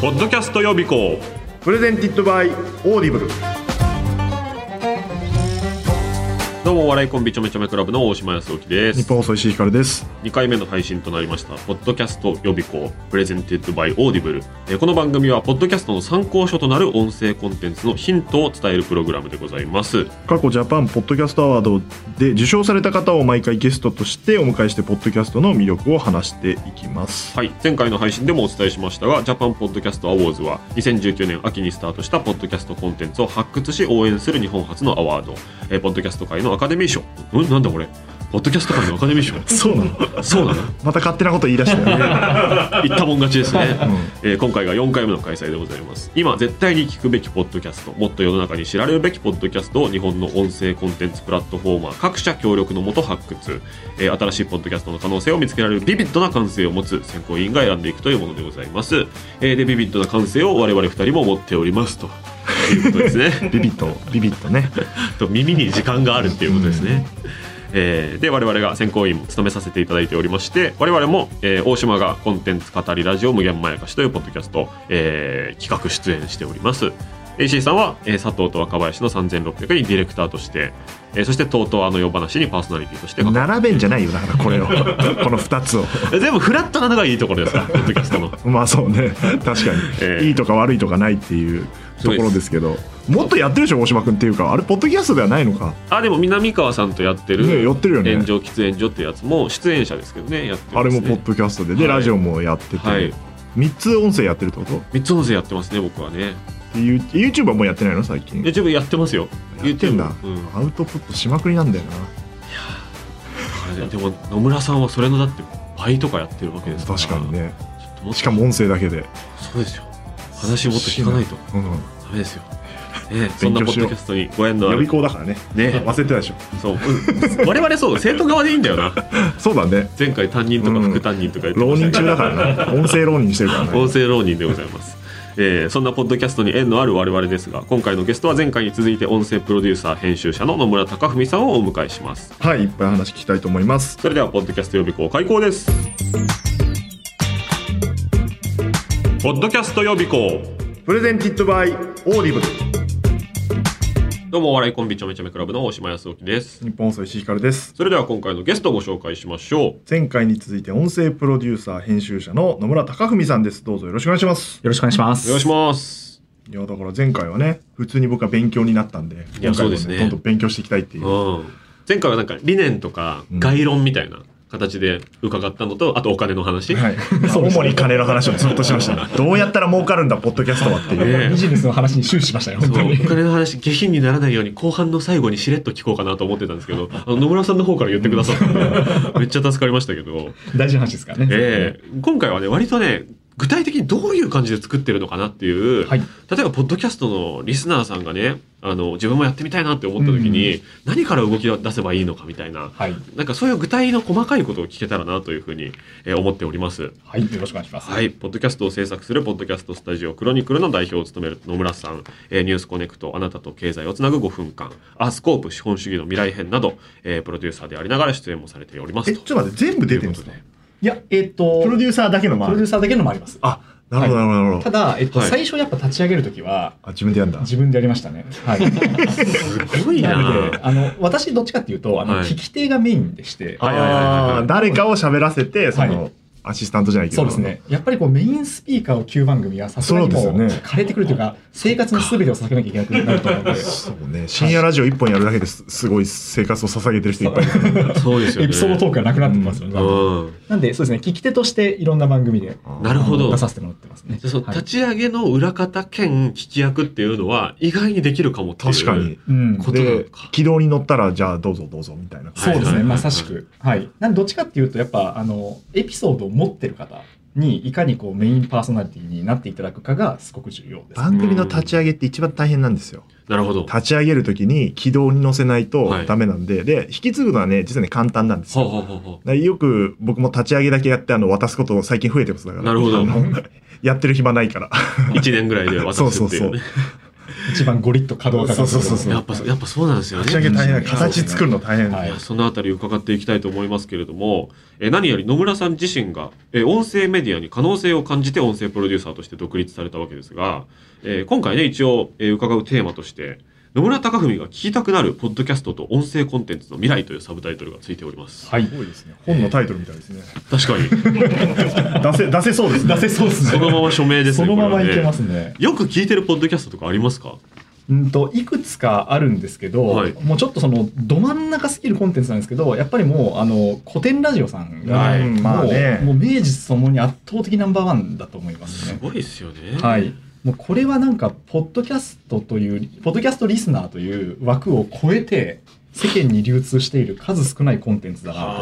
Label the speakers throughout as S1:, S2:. S1: ポッドキャスト予備校
S2: プレゼンティッドバイオーディブル
S1: どうもお笑いコンビちょめちょめクラブの大島康之です
S2: 日本放送石井ひかるです
S1: 2回目の配信となりました、ポッドキャスト予備校、プレゼンテッドバイオーディブル。えーこの番組は、ポッドキャストの参考書となる音声コンテンツのヒントを伝えるプログラムでございます。
S2: 過去ジャパンポッドキャストアワードで受賞された方を毎回ゲストとしてお迎えしてポッドキャストの魅力を話していきます
S1: はい、前回の配信でもお伝えしましたが、ジャパンポッドキャストアワーズは、2019年秋にスタートしたポッドキャストコンテンツを発掘し、応援する日本初のアワード、えーポッドキャスト界のアカデミー賞。うん、なんだこれ。ポッドキャスト界のアカデミー 賞
S2: そうなの
S1: そうなの
S2: また勝手なこと言い出し たよね、
S1: 言ったもん勝ちですね、
S2: う
S1: えー今回が4回目の開催でございます今絶対に聞くべきポッドキャストもっと世の中に知られるべきポッドキャストを日本の音声コンテンツプラットフォーマー各社協力のもと発掘、えー新しいポッドキャストの可能性を見つけられるビビッドな感性を持つ選考委員が選んでいくというものでございます、えーでビビッドな感性を我々2人も持っておりますということですね
S2: ビビッとビビッとね
S1: と耳に時間があるっていうことです ね。えーで我々が選考委員も務めさせていただいておりまして我々も、えー大島がコンテンツ語りラジオ無限まやかしというポッドキャスト、えー企画出演しております AC さんは、えー佐藤と若林の3600にディレクターとして、えーそして TOTO あの夜話にパーソナリティとして関わ
S2: 並べんじゃないよだからこれ をこの2つを
S1: 全部フラットなのがいいとこ ろですからポッドキャストの
S2: まあそうね確かに、
S1: ええ
S2: いいとか悪いとかないっていうところですけどもっとやってるでしょ大島君っていうかあれポッドキャストではないのか
S1: あでも南川さんとやってる
S2: ねやってるよね
S1: 炎上喫煙所ってやつも出演者ですけどねやって
S2: あ
S1: ま
S2: れ
S1: すね
S2: もポッドキャストでで、
S1: はい
S2: ラジオもやってて、
S1: はい
S2: 3つ音声やってるってこと
S1: 三つ音声やってますね僕はね
S2: で You- YouTube はもうやってないの最近
S1: YouTube やってますよ
S2: やってんだ
S1: YouTube うん
S2: アウトプットしまくりなんだよな
S1: あれでも野村さんはそれのだって倍とかやってるわけですから
S2: 確かにね
S1: ちょっともっと
S2: しかも音声だけで
S1: そうですよ話もっと聞かないと
S2: うん
S1: ダメですよ、 ね、そんなポッドキャストにご縁の
S2: 予
S1: あ
S2: 備
S1: る
S2: 校だからね
S1: ね
S2: 忘れてたでしょ
S1: そううん我々 そう生徒側でいいんだよな
S2: そうだね
S1: 前回担任とか副担任とか言って
S2: 浪
S1: まし
S2: 人
S1: たけ
S2: 中
S1: ど
S2: だから な音声浪人してるからね
S1: 音声浪人でございます。えーそんなポッドキャストに縁のある我々ですが今回のゲストは前回に続いて音声プロデューサー編集者の野村貴文さんをお迎えします
S2: はいいっぱい話聞きたいと思います
S1: それではポッドキャスト予備校開講ですポッドキャスト予備校
S2: プレゼンティッドバイオーディブル
S1: どうもお笑いコンビちょめちょめクラブの大島康之です
S2: 日本放送石井ひかるです
S1: それでは今回のゲストをご紹介しましょ
S2: 前回に続いて音声プロデューサー編集者の野村貴文さんですどうぞよろしくお願いします
S3: よろしくお願いします。
S1: うお願いします
S2: いやだから前回はね普通に僕は勉強になったんで
S1: いや
S2: 今回も
S1: そうですね
S2: どんどん勉強していきたいっていうう、うん
S1: 前回はなんか理念とか
S2: ん
S1: 概論みたいな形で伺ったのとあとお金の話、
S2: はい、 主に金の話をずっとしましたどうやったら儲かるんだポッドキャストはっていう、
S1: ね
S3: ビジネスの話に終始しましたね、本
S1: そ
S3: 当
S1: う
S3: に。
S1: お金の話下品にならないように後半の最後にしれっと聞こうかなと思ってたんですけどあの野村さんの方から言ってくださったん でめっちゃ助かりましたけど、
S3: 大事な話ですからね。
S1: ええ今回はね割とね具体的にどういう感じで作ってるのかなっていう、
S3: はい
S1: 例えばポッドキャストのリスナーさんがねあの自分もやってみたいなって思った時に、何から動き出せばいいのかみたいな。
S3: はい。
S1: なんかそういう具体の細かいことを聞けたらなというふうにえー思っております。
S3: はい。よろしくお願いします。
S1: はい、ポッドキャストを制作するポッドキャストスタジオクロニクルの代表を務める野村さん、えーニュースコネクトあなたと経済をつなぐ5分間アースコープ資本主義の未来編など、えープロデューサーでありながら出演もされておりま
S2: え
S1: す
S2: ちょ
S1: と
S2: っと待って全部出てるんです
S1: と
S2: か
S1: いうこ
S3: いや、えっ、と、
S2: プ
S3: プ
S2: ロ
S3: ロ
S2: デューサーだけのまあ
S3: デューサーだけのもあります。
S2: あなるほどなるほどなるほ
S3: た
S2: ど
S3: だ、えっと、
S1: はい
S3: 最初やっぱ立ち上げるときは、
S2: あ自分でやんだ
S3: 自分でやりましたね。はい。
S1: すごいな
S3: なので、あの、私どっちかっていうと、あの、
S1: はい
S3: 聞き手がメインでして、
S1: はいはいはいはい
S2: あー誰かを喋らせてその、
S3: は
S2: アシスタントじゃないけ
S3: そ
S2: ど
S3: うですね。やっぱりこうメインスピーカーを9番組はさすがにも
S2: そう
S3: う
S2: ですよね
S3: 枯れてくるというか、生活の全てを避けなきゃいけなくなると思うので、
S2: そうね深夜ラジオ一本やるだけですすごい生活を捧げてる人いっぱいいる
S1: そうですよね
S3: エピソードトークがなくなってきますよね。
S1: うん
S3: なんで、そうですね、聞き手としていろんな番組で
S1: なるほど
S3: 出させてもらってますね。
S1: でその
S3: はい
S1: 立ち上げの裏方兼聞き役っていうのは意外にできるかもっていう
S2: 確かに
S3: うん
S1: こ、となの
S2: で
S1: か
S2: 軌道に乗ったらじゃあどうぞどうぞみたいな
S3: そう
S1: はい
S3: で
S1: はいは
S3: す
S1: い
S3: ね、まさしく。はい。なんでどっちかっていうと、やっぱ、あの、エピソードを持ってる方に、いかにこう、メインパーソナリティになっていただくかが、すごく重要です。
S2: 番組の立ち上げって一番大変なんですよ
S1: なるほど
S2: 立ち上げるときに軌道に乗せないと
S1: はい
S2: ダメなんで、で引き継ぐのはね実はね簡単なんです
S1: ほう
S2: よ
S1: ほうほうほ
S2: だからよく僕も立ち上げだけやってあの渡すこと最近増えてますだか
S1: う
S2: ら
S1: なるほど
S2: あのやってる暇ないから
S1: 1年ぐらいで渡すっていうね
S2: そうそうそう
S3: 一番ゴリッと可動化が
S2: そうそうそうそう
S1: やっぱやっぱそうなんですよね
S2: 立ち上げ大変
S3: うん
S2: 形作るの大変、
S3: はい
S1: いやそのあたり伺っていきたいと思いますけれども、えー何より野村さん自身が、えー音声メディアに可能性を感じて音声プロデューサーとして独立されたわけですが、えー今回ね一応、えー伺うテーマとして野村貴文が聞きたくなるポッドキャストと音声コンテンツの未来というサブタイトルがついております。
S3: はい
S2: すごいですね本のタイトルみたいですね
S1: 確かに
S2: 出せ出せそうですね
S3: 出せそうですね
S1: そのまま署名です
S3: そ
S1: ね。
S3: のま
S1: こ
S3: ま
S1: れ
S3: い
S1: はね
S3: けますね
S1: よく聞いてるポッドキャストとかありますか？
S3: うんといくつかあるんですけど、
S1: はい
S3: もうちょっとそのど真ん中すぎるコンテンツなんですけどやっぱりもうあの古典ラジオさんが、
S1: はい
S2: うんまあね
S3: もうもう名実ともに圧倒的ナンバーワンだと思います
S1: す
S3: ね。
S1: ごいですよね。
S3: はい、もうこれはなんかポッドキャストというポッドキャストリスナーという枠を超えて世間に流通している数少ないコンテンツだな
S1: あ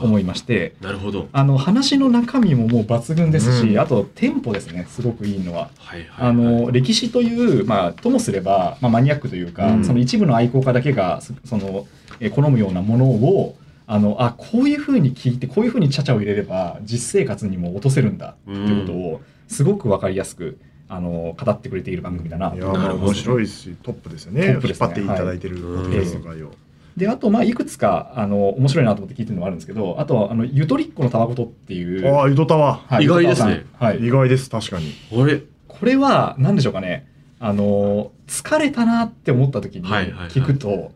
S3: と
S1: ー
S3: 思いまして
S1: なるほど。
S3: あの話の中身ももう抜群ですし、
S2: うん
S3: あとテンポですねすごくいいのは。
S1: はいはい、はい。
S3: あの歴史という、まあ、ともすれば、まあ、マニアックというか、
S2: うん
S3: その一部の愛好家だけがそそのえー好むようなものをあのあこういうふうに聞いてこういうふうにちゃちゃを入れれば実生活にも落とせるんだ
S1: う
S3: ということ
S1: ん
S3: をすごく分かりやすくあの語ってくれている番組だなと
S2: いや
S3: 思い
S1: な
S2: まあ
S1: るほど
S3: ま
S2: 面
S3: す
S2: 白いしトップですよ
S3: ト
S2: ね
S3: ップ
S2: 引
S3: で
S2: っ
S3: すね
S2: 張っていただいてるポッドキャストの概要
S3: であと、まあ、いくつかあの面白いなと思って聞いてるのもあるんですけどあとはあのゆとりっ子のたわごとっていう、
S2: ああ井戸タワ
S3: はい
S1: 意外ですね
S3: ゆとりっ子さんはい
S2: ー、意外です確かに
S1: あれ
S3: これは何でしょうかねあの疲れたなって思った時に
S1: はいはいはい
S3: 聞くと、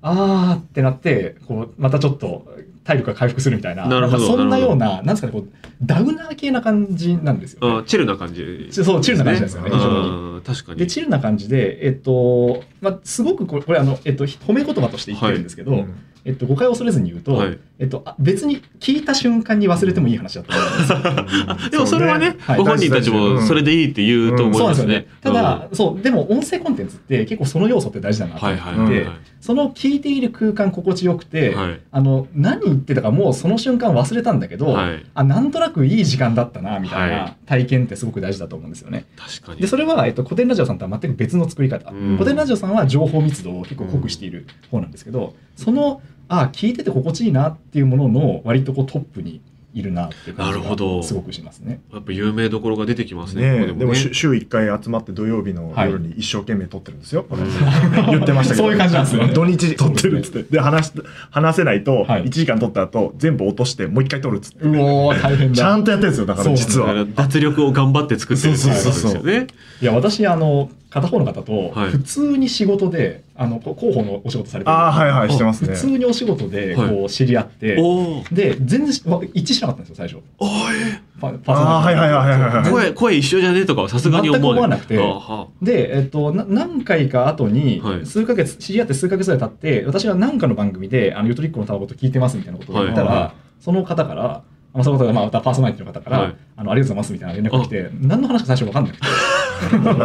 S3: あーってなってこうまたちょっと体力が回復するみたいな
S1: なるほど
S3: んかそん
S1: な
S3: な
S1: る
S3: よ
S1: ほ
S3: う
S1: ど
S3: ななんですかねこうダウナー系な感じなんですよ、
S1: あ
S3: ね
S1: ーチルな感じ。
S3: ちそうチルな感じなんですよね非常に
S1: あー確かに。
S3: でチルな感じで、えっとまあ、すごくこれこれあの、えっと、褒め言葉として言ってるんですけど、
S2: ん
S3: えっと、誤解を恐れずに言うと、
S1: はい
S3: えっと、あ別に聞いた瞬間に忘れてもいい話だと思うんですよ
S1: でもそれはね、
S3: はい
S1: ご本人たちもそれでいいって言うと思い
S3: そうなん
S1: ま
S3: です
S1: す
S3: よ
S1: ね
S3: ね。ただ、そうでも音声コンテンツって結構その要素って大事だな
S1: うん、
S3: と
S1: は
S3: 思
S1: い
S3: って
S1: はいはい
S3: その聞いている空間心地よくて、
S1: はい。
S3: あの何言ってたかもうその瞬間忘れたんだけど、
S1: はい、
S3: あなんとなくいい時間だったなみたい
S1: は
S3: な体験ってすごく大事だと思うんですよね。
S1: 確かに。
S3: でそれは、えっと、古典ラジオさんとは全く別の作り方、
S1: うん
S3: 古典ラジオさんは情報密度を結構濃くしている方なんですけど、そのあ聞いてて心地いいなっていうものの割とこうトップにいるなっていう感
S1: なるほど
S3: じがすごくしますね。
S1: やっぱ有名どころが出てきますね。
S2: ね
S1: ここ
S2: え
S1: も
S2: でもし週1回集まって土曜日の
S3: はい
S2: 夜に一生懸命撮ってるんですよ、
S1: うん
S2: 言ってましたけど
S3: そういう感じなんですよね
S2: 土日撮ってるっつってで話し話せないと
S3: はい
S2: 1時間撮った後全部落としてもう一回撮るっつって、
S3: うおー大変だ
S2: ちゃんとやってるんですよだから実
S1: だか
S2: は
S1: ら脱力を頑張って作ってるっていうことですよね。
S3: いや私あの片方の方と
S1: はい
S3: 普通に仕事で、あのこう広報のお仕事されてる
S2: ああはいはいしてます
S3: 普
S2: ね
S3: 通にお仕事で
S1: はい
S3: こう知り合って、
S1: おー
S3: で全然しわ一致しなかったんですよ最初
S1: おー
S3: パパーソ
S2: ああは
S3: ナ
S2: い
S3: リテ
S2: はいは
S3: ィ
S2: いはいはい
S1: え声声一緒じゃねえとかはさすがに思わない。
S3: 全く思
S1: なく
S3: わ
S1: て。
S3: で、えっと、な何回か後に
S1: はい
S3: 数ヶ月、知り合って数ヶ月ぐらい経って私が何かの番組で「あのゆとりっ子のたわごと聞いてます」みたいなことを言ったら、
S2: はいはいは
S3: その方から。あのその方がまあまたパーソナリティの方から、
S1: はい
S3: あのありがとうございますみたいな連絡が来て何の話か最初分かんなくて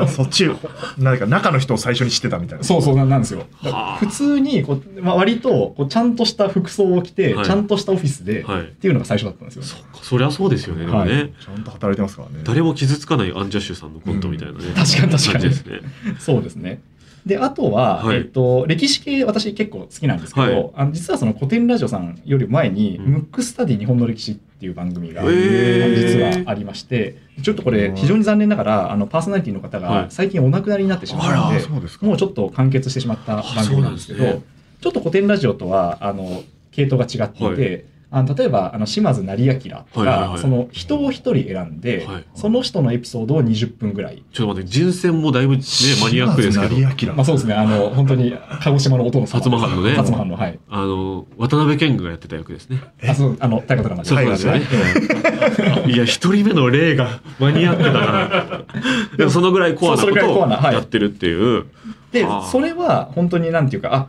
S2: そっちなんか中の人を最初に知ってたみたいな
S3: そうそうななんですよだから
S1: はあ
S3: 普通にこう、まあ、割とこうちゃんとした服装を着て、
S1: はい
S3: ちゃんとしたオフィスで、
S1: はい
S3: っていうのが最初だったんですよ
S1: そっかそりゃそうですよね。でもね、
S3: は
S2: ちゃんと働いてますからね
S1: 誰も傷つかないアンジャッシュさんのコントみたいなね。
S3: 確かに確か
S1: 感
S3: に
S1: じですね。
S3: そうですね。であとは、
S1: はい
S3: えっと、歴史系私結構好きなんですけど、
S1: はい
S3: あの実はその古典ラジオさんより前に「
S1: うん
S3: ムックスタディ日本の歴史」っていう番組が、
S1: へー
S3: 実はありましてちょっとこれ非常に残念ながらあのパーソナリティの方
S1: はい
S3: が最近お亡くなりになってしまった
S2: あ
S3: の
S2: ら
S3: で、
S2: そうですか
S3: もうちょっと完結してしまった番組なんですけ
S1: あ
S3: ど
S1: そうなんです
S3: ちょっと古典ラジオとはあの系統が違っていて。あの例えばあの島津成明が、
S1: はいはいはい
S3: その人を一人選んで、
S1: はい
S3: その人のエピソードを20分ぐらい
S1: ちょっと待って、人選もだいぶね、マニアックですけど。
S2: 島津成
S3: まあそうですね、あの、本当に、鹿児島のお殿様。
S1: 薩摩藩のね
S3: 薩摩藩の、はい。
S1: あの、渡辺謙がやってた役ですね。
S3: あ、そう、あの、大河ドラマ
S1: そうですよね
S3: 大河ドラマで
S1: いや、一人目の例がマニアックだ な。でもそのぐらいコアな
S3: そうそれ
S1: こ
S3: ぐらい
S1: と
S3: コア
S1: を
S3: なはい
S1: やってるっていう。
S3: で
S1: あー、
S3: それは本当になんていうか、あ、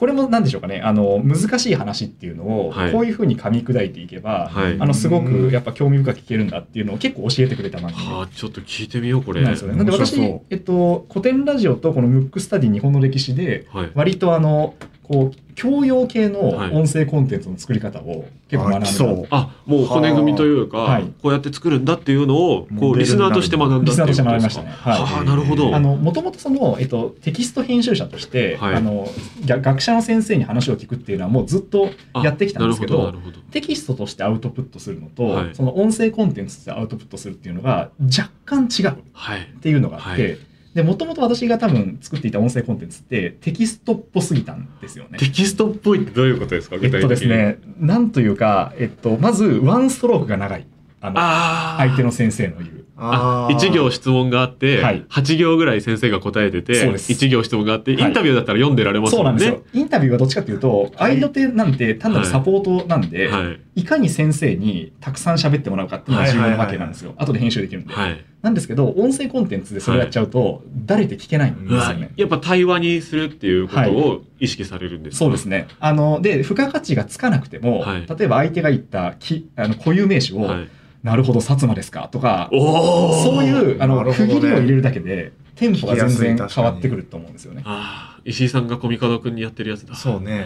S3: これもなんでしょうかね、あの、難しい話っていうのを、
S1: はい
S3: こういうふうに噛み砕いていけば、
S1: はい
S3: あの、すごくやっぱ興味深く聞けるんだっていうのを結構教えてくれた番組。
S1: はあ、ちょっと聞いてみよう、これ。
S3: なんですよね。なんで私
S2: 面白そう、
S3: えっと、古典ラジオとこのムックスタディ日本の歴史で、
S1: はい。
S3: 割とあの、こう、教養系の
S1: はい
S3: 音声コンテンツの作り方を結構学ん
S2: あ
S3: だ。
S2: そう
S1: あ、もう骨組みという
S3: は
S1: か
S3: い、
S1: こうやって作るんだっていうのを、こ
S2: モ
S1: う、
S2: デ
S1: リ
S2: ル
S1: ス
S2: にな
S1: ナ
S2: る
S1: ーとして学んだっていう
S3: リスナーとして学び
S1: こと
S3: ましたね
S1: ですか
S3: はい
S1: はあ、なるほど。
S3: あ
S1: は
S3: のもともとその、えっと、テキスト編集者として、
S1: はい
S3: あのぎゃ学者の先生に話を聞くっていうのはもうずっと
S1: あ
S3: やってきたんですけど
S1: なるほど、なるほど。
S3: テキストとしてアウトプットするのと、
S1: はい
S3: その音声コンテンツとしてアウトプットするっていうのが若干違うっ
S1: はい。
S3: ていうのがあって、
S1: はい
S3: で、もともと私が多分作っていた音声コンテンツってテキストっぽすぎたんですよね。
S1: テキストっぽいってどういうことですか
S3: え
S1: 具
S3: っ
S1: 体
S3: と
S1: 的
S3: です
S1: に。
S3: ね、なんというか、えっと、まず、ワンストロークが長い。あの、
S1: ああ。
S3: 相手の先生の言う。
S1: あ
S2: ー
S1: 1行質問があって、
S3: はい
S1: 8行ぐらい先生が答えてて
S3: そうです
S1: 1行質問があってイ
S3: はい
S1: ンタビューだったら読んでられます
S3: そ
S1: も
S3: うなんんです
S1: ね。
S3: よ。インタビューはどっちかというと、
S2: はい
S3: 相手なんて単なるサポートなんで、
S1: はいい、
S3: かに先生にたくさん喋ってもらうかっていうのが重要なわけなんですよ。後で編集できるんで。
S1: はい、
S3: なんですけど、音声コンテンツでそれやっちゃうと、誰って聞けないんです
S1: うわ
S3: よね。
S1: やっぱ対話にするっていうことを意識されるんですか、
S3: そうですね。あの、で、付加価値がつかなくても、
S1: はい
S3: 例えば相手が言ったきあの固有名詞を、
S1: はい、
S3: なるほど、薩摩ですかとか、
S1: おお
S3: そういうあ
S2: な
S3: の、
S2: るほど
S3: 区
S2: ね
S3: 切りを入れるだけで、テンポが
S2: 聞きや
S3: 全
S2: すい
S3: 然
S2: 確か
S3: 変
S2: に
S3: わってくると思うんですよね。
S1: あー石井さんがコミカドくんにやってるやつだ
S2: そう ね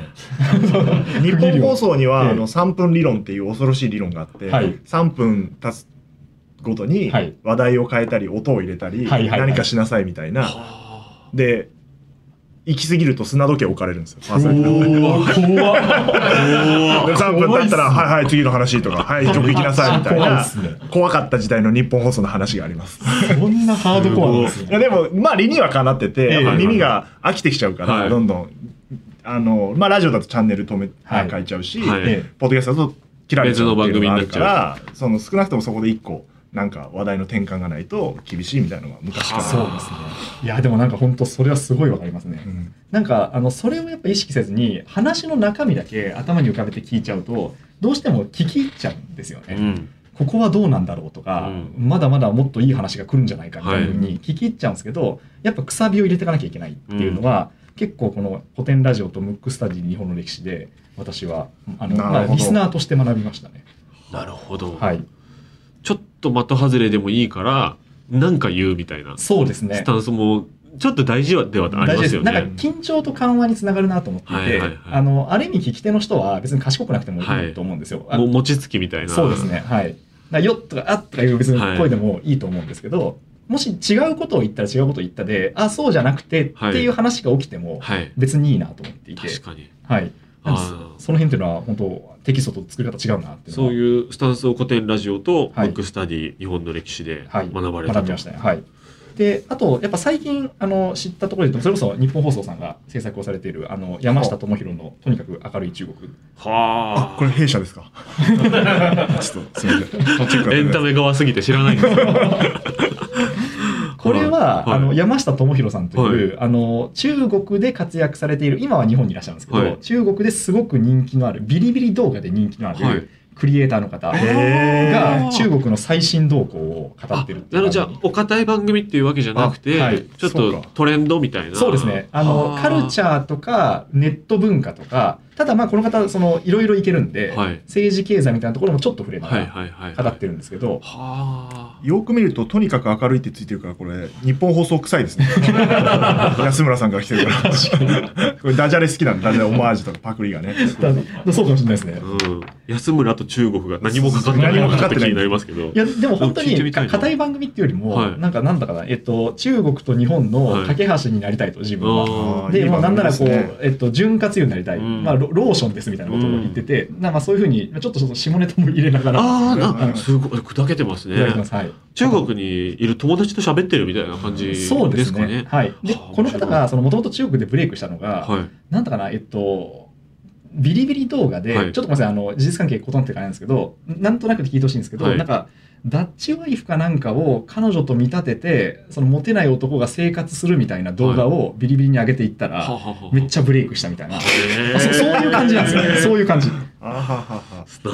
S2: 日本放送に
S3: ええ
S2: はあの3分理論っていう恐ろしい理論があって、
S3: はい
S2: 3分経つごとに
S3: はい
S2: 話題を変えたり音を入れたり、
S3: はいはいはい
S2: 何かしなさいみたいな、
S1: は
S2: で行き過ぎると砂時計置かれるんですよパーソナリティの
S3: おー
S1: あ
S2: で3分経ったら「はいはい次の話」とか 「はい曲行きなさい」みたい
S3: 怖いっ
S2: な
S3: すね。
S2: 怖かった時代の日本放送の話があります
S3: そんなハードコアなんです
S2: い
S3: ね。
S2: やでもまあ理にはかなってて、
S3: ええ
S2: やっぱ耳が飽きてきちゃうから、
S1: はい
S2: どんどんあのまあラジオだとチャンネル止め、
S3: はい
S2: 変えちゃうし、
S1: はい
S3: え
S2: ポッドキャストだと切られちゃうっていうのがあるか
S1: 別
S2: らその少なくともそこで一個なんか話題の転換がないと厳しいみたいなのが昔か
S3: え
S2: ら
S3: そうですね。いや、でもなんか本当それはすごいわかりますね。
S2: うん
S3: なんかあのそれをやっぱ意識せずに話の中身だけ頭に浮かべて聞いちゃうとどうしても聞き入っちゃうんですよ
S1: う
S3: ね。
S1: ん、
S3: ここはどうなんだろうとか、
S1: うん
S3: まだまだもっといい話が来るんじゃないかみたいなふう
S2: はい
S3: に聞き入っちゃうんですけど、やっぱくさびを入れていかなきゃいけないっていうのは、結構この「古典ラジオ」と「ムックスタディ日本の歴史」で私はあの、
S2: なるほど
S3: まあ、リスナーとして学びましたね。
S1: なるほど、
S3: はい、
S1: ちょっと的外れでもいいからなんか言うみたいなス
S3: そうですね
S1: タンスもちょっと大事はではありますよね
S3: なんか緊張と緩和につながるなと思っていて、
S1: はいはいはい
S3: あのある意味聞き手の人は別に賢くなくてもいいと思うんですよ。あの
S1: も餅つきみたいな
S3: そうですね。はい。だよっとかあっとかいう別に声でもいいと思うんですけど、もし違うことを言ったら違うことを言ったで、あ、そうじゃなくてって
S1: はい
S3: いう話が起きても
S1: はい
S3: 別にいいなと思っていて、
S1: 確かに
S3: はい。なんかそ
S1: あー
S3: その辺っていうのは本当テキストと作り方違うなっていうの
S1: そう
S3: は
S1: いうスタンスを古典ラジオとブ
S3: はい
S1: ックスタディ日本の歴史で
S3: はい
S1: 学ばれた
S3: び
S1: と、
S3: ましたね。はい。で、あと、やっぱ最近、あの、知ったところで言うと、それこそ日本放送さんが制作をされている、あの、山下智博の、とにかく明るい中国。
S1: は
S2: あこれ弊社ですかちょっとすみませんチェック
S1: あエンタメ側すぎて知らないんです けど
S3: これは、
S1: はい
S3: あの山下智博さんという、あの中国で活躍されている今は日本にいらっしゃるんですけど、
S1: はい
S3: 中国ですごく人気のあるビリビリ動画で人気のある、
S1: はい
S3: クリエイターの方が
S2: へ
S1: ー
S3: 中国の最新動向を語ってるってい
S1: なの
S3: う
S1: でじゃあお堅い番組っていうわけじゃなくて、
S3: あはい
S1: ちょっ
S2: そう
S1: と
S2: か
S1: トレンドみたいな
S3: そうですねあのカルチャーとかネット文化とかただまあこの方そのいろいろいけるんで、
S1: はい
S3: 政治経済みたいなところもちょっと触れな
S1: は
S3: が
S1: い
S3: ら
S1: はいはい
S3: 語って
S1: る
S3: るんですけど、
S1: は
S2: よく見るととにかく明るいってついてるからこれ日本放送臭いですね安村さんから来てるから これダジャレ好きなんでダジャレオマージュとかパクリがね
S3: だそうかもしれないですね
S1: あ、うん、安村と中国が何もかかってない
S2: 何もかかって
S1: ちょと
S2: ない
S1: 気になりますけど
S3: いやでも本当
S1: 聞いてみ
S3: に
S1: たい
S3: か
S1: な
S3: 硬い番組っていうよりも、
S1: はい
S3: なんかなんだかな、えっと、中国と日本の架け橋になりたいと自分は。
S1: あー
S3: でもうなんならこう、
S2: ね
S3: えっと、潤滑油になりたい、
S1: うん
S3: まあ、ロローションですみたいなことを言ってて、なまあ、そういうふうにちょっとその下ネタも入れながら
S1: あー
S2: う
S1: なんすごい砕けてます
S3: やりま
S1: ね
S3: す、はい、
S1: 中国にいる友達と喋ってるみたいな感じですか
S3: そう
S1: ね
S3: ですねはい、で
S1: はあ
S3: この方がもともと中国でブレイクしたのが、
S1: はい
S3: なんだかなえっとビリビリ動画で、
S1: はい
S3: ちょっとごめんなさいあの事実関係異なってるからなんですけどなんとなくで聞いてほしいんですけど、
S1: はい
S3: なんかダッチワイフかなんかを彼女と見立ててそのモテない男が生活するみたいな動画をビリビリに上げていったら、
S1: はあはあはあ
S3: めっちゃブレイクしたみたいな、
S1: へー
S3: あそそういう感じなんですよねそういう感じ、
S2: あははは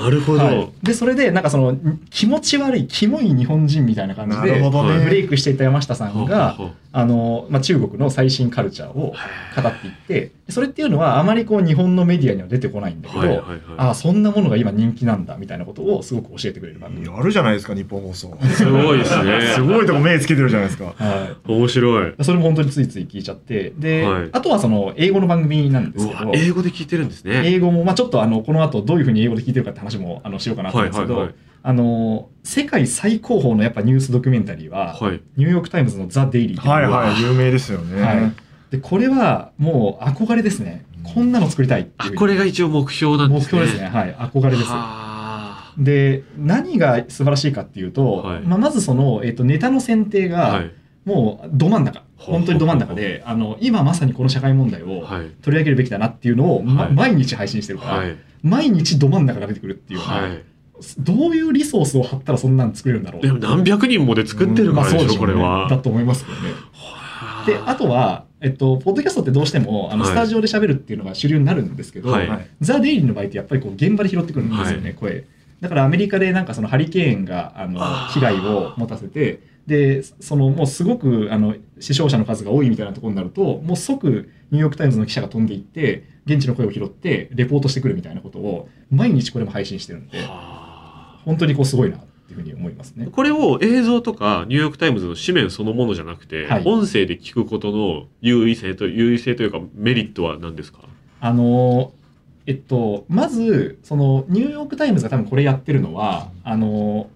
S1: なるほど、
S3: はいでそれでなんかその気持ち悪いキモい日本人みたいな感じ
S2: な
S3: で
S2: るほどね、
S1: はい
S3: ブレイクしていた山下さんが
S1: ほうほうほう
S3: あの、まあ、中国の最新カルチャーを語っていってそれっていうのはあまりこう日本のメディアには出てこないんだけど、
S1: はいはいはい
S3: ああそんなものが今人気なんだみたいなことをすごく教えてくれる番組、
S2: やるじゃないですか日本放送
S1: すごいです
S2: す
S1: ね
S2: ごいとこ目つけてるじゃないですか
S3: は
S1: 面白い
S3: い、それも本当についつい聞いちゃってで、
S1: はい
S3: あとはその英語の番組なんです
S1: う
S3: け
S1: わ
S3: ど
S1: 英語で聞いてるんですね
S3: 英語も、まあ、ちょっとあのこの後どういうふうに英語で聞いてるかって話もあのしようかなと思
S1: はい
S3: うんです
S1: はい
S3: けど、
S1: はい
S3: あの世界最高峰のやっぱニュースドキュメンタリーは、
S1: はい
S3: ニューヨーク・タイムズの「ザ・デイリーっていうの
S2: はい
S3: が
S2: はい有名ですよね、
S3: はいでこれはもう憧れですねこんなの作りたいってい
S1: あ
S3: う
S1: これが一応目標なんで
S3: 目
S1: すね
S3: 標ですねはい憧れです
S1: は
S3: で何が素晴らしいかっていうと、
S1: はい
S3: まあ、まずその、えっとネタの選定が、
S1: あはい
S3: もうど真ん中
S1: ほう
S3: 本当にど真ん中であの今まさにこの社会問題を
S1: はい
S3: 取り上げるべきだなっていうのを、ま
S1: はい
S3: 毎日配信してるから、
S1: はい
S3: 毎日ど真ん中が出てくるっていう、
S1: はい
S3: どういうリソースを貼ったらそんなん作れるんだろう
S1: でも何百人もで作ってる
S3: ま
S1: か
S3: あ
S1: ら
S3: そう
S1: で
S3: で
S1: し
S3: しょ
S1: ょこ
S3: う
S1: れ
S3: ねだ
S1: は。
S3: と思いますけどね
S1: は
S3: であとは、えっと、ポッドキャストってどうしてもあの
S1: はい
S3: スタジオで喋るっていうのが主流になるんですけど、
S1: はい
S3: ザ・デイリーの場合ってやっぱりこう現場で拾ってくるんですよね、声だからアメリカでなんかそのハリケーンがあの
S1: あー
S3: 被害を持たせてでそのもうすごくあの死傷者の数が多いみたいなところになるともう即ニューヨーク・タイムズの記者が飛んでいって現地の声を拾ってレポートしてくるみたいなことを毎日これも配信してるんで
S1: は
S3: 本当にこうすごいなっていうふうに思いますね。
S1: これを映像とかニューヨーク・タイムズの紙面そのものじゃなくて、
S3: はい
S1: 音声で聞くことの優位性と優位性というかメリットは何ですか
S3: あのえっとまずそのニューヨーク・タイムズが多分これやってるのはあの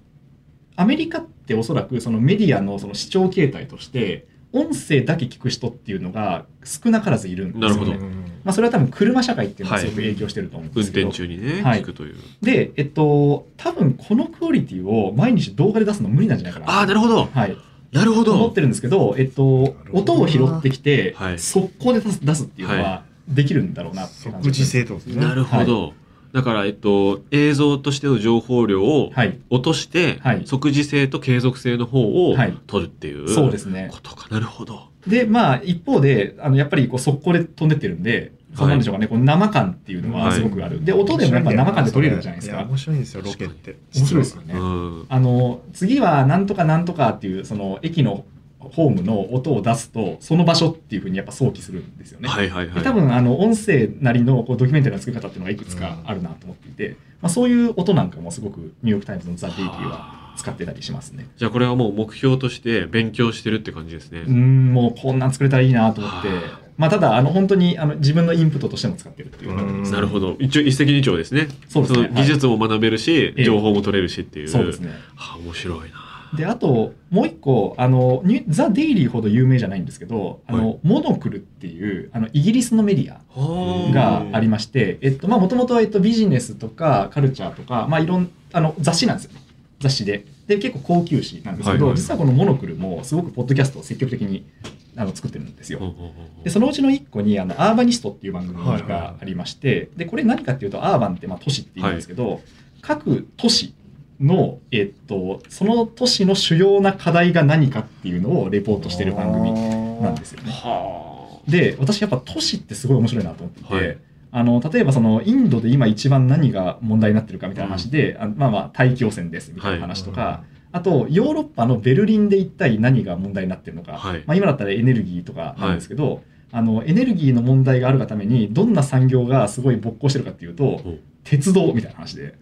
S3: アメリカっておそらくそのメディアのその視聴形態として音声だけ聞く人っていうのが少なからずいるんですよ、ね、
S1: なるほど
S3: まあ、それは多分車社会っていうのがすごく影響してると思うん
S1: 運
S3: ですけど、
S1: 転中にね、
S3: はい
S1: 聞くという
S3: でえっと多分このクオリティを毎日動画で出すの無理なんじゃないかな
S1: ああなるほど
S3: はい、
S1: なるほ
S3: 思っ
S1: ど
S3: てるんですけど、えっと、
S2: るほど
S3: 音
S2: な
S3: を拾ってきて、
S1: はい
S3: 速攻で出す出すっていうのはできるんだろうなって感じ
S2: 即時性ってことですね。
S1: なるほど、だからえっと映像としての情報量を
S3: はい
S1: 落として、
S3: はい
S1: 即時性と継続性の方を
S3: はい
S1: 取るっていう、
S3: そうですね
S1: ことかなるほど
S3: でまあ一方であのやっぱりこう速攻で飛んでってるんで、そうなんでしょうかねこう生感っていうのはすごくある、で音でもやっぱ生感で撮れるじゃないです
S2: いや
S3: か
S2: 面白いんですよロケって。
S3: 面白いですよね、
S1: うん
S3: あの次はなんとかなんとかっていうその駅のホームの音を出すとその場所っていうふうにやっぱ想起するんですよね、
S1: はいはいは
S3: で
S1: い
S3: 多分あの音声なりのこうドキュメンタリーの作り方っていうのがいくつかあるなと思っていて、まあ、そういう音なんかもすごくニューヨーク・タイムズの「ザ・デイリーは使ってたりしますね。
S1: じゃあこれはもう目標として勉強してるって感じですね、
S3: うーんもうこんなん作れたらいいなと思って
S1: はあ、
S3: まあ、ただあの本当にあの自分のインプットとしても使ってるっていうう、
S2: ん
S1: なるほど一応一石二鳥ですね
S3: そうですね
S1: の技術も学べるし、
S3: ええ
S1: 情報も取れるしっていう
S3: そうですね
S1: はあ面白いな
S3: であともう一個あのニュザ・デイリーほど有名じゃないんですけどあの、
S1: は
S3: モノクルっていうあのイギリスのメディア
S1: はあ
S3: がありまして、えっとまあ、もともと、えっと、ビジネスとかカルチャーとか、まあ、いろんあの雑誌なんですよね雑誌でで結構高級誌なんですけど、
S1: はいはい
S3: 実はこのモノクルもすごくポッドキャストを積極的にあの作ってるんですよ、
S1: ほうほうほう
S3: でそのうちの1個にあの「アーバニスト」っていう番組
S2: はいはいは
S3: がありまして、でこれ何かっていうとアーバンってまあ都市っていうんですけど、各都市の、えっと、その都市の主要な課題が何かっていうのをレポートしてる番組なんですよね。
S1: は
S3: で私やっぱ都市ってすごい面白いなと思っていて、
S1: はい
S3: あの例えばそのインドで今一番何が問題になってるかみたいな話で、あまあまあ大気汚染ですみたいな話とか、あとヨーロッパのベルリンで一体何が問題になってるのか、
S1: はい
S3: まあ、今だったらエネルギーとかなんですけど、あのエネルギーの問題があるがためにどんな産業がすごい勃興してるかっていうと
S1: あうん
S3: 鉄道みたいな話で
S1: へ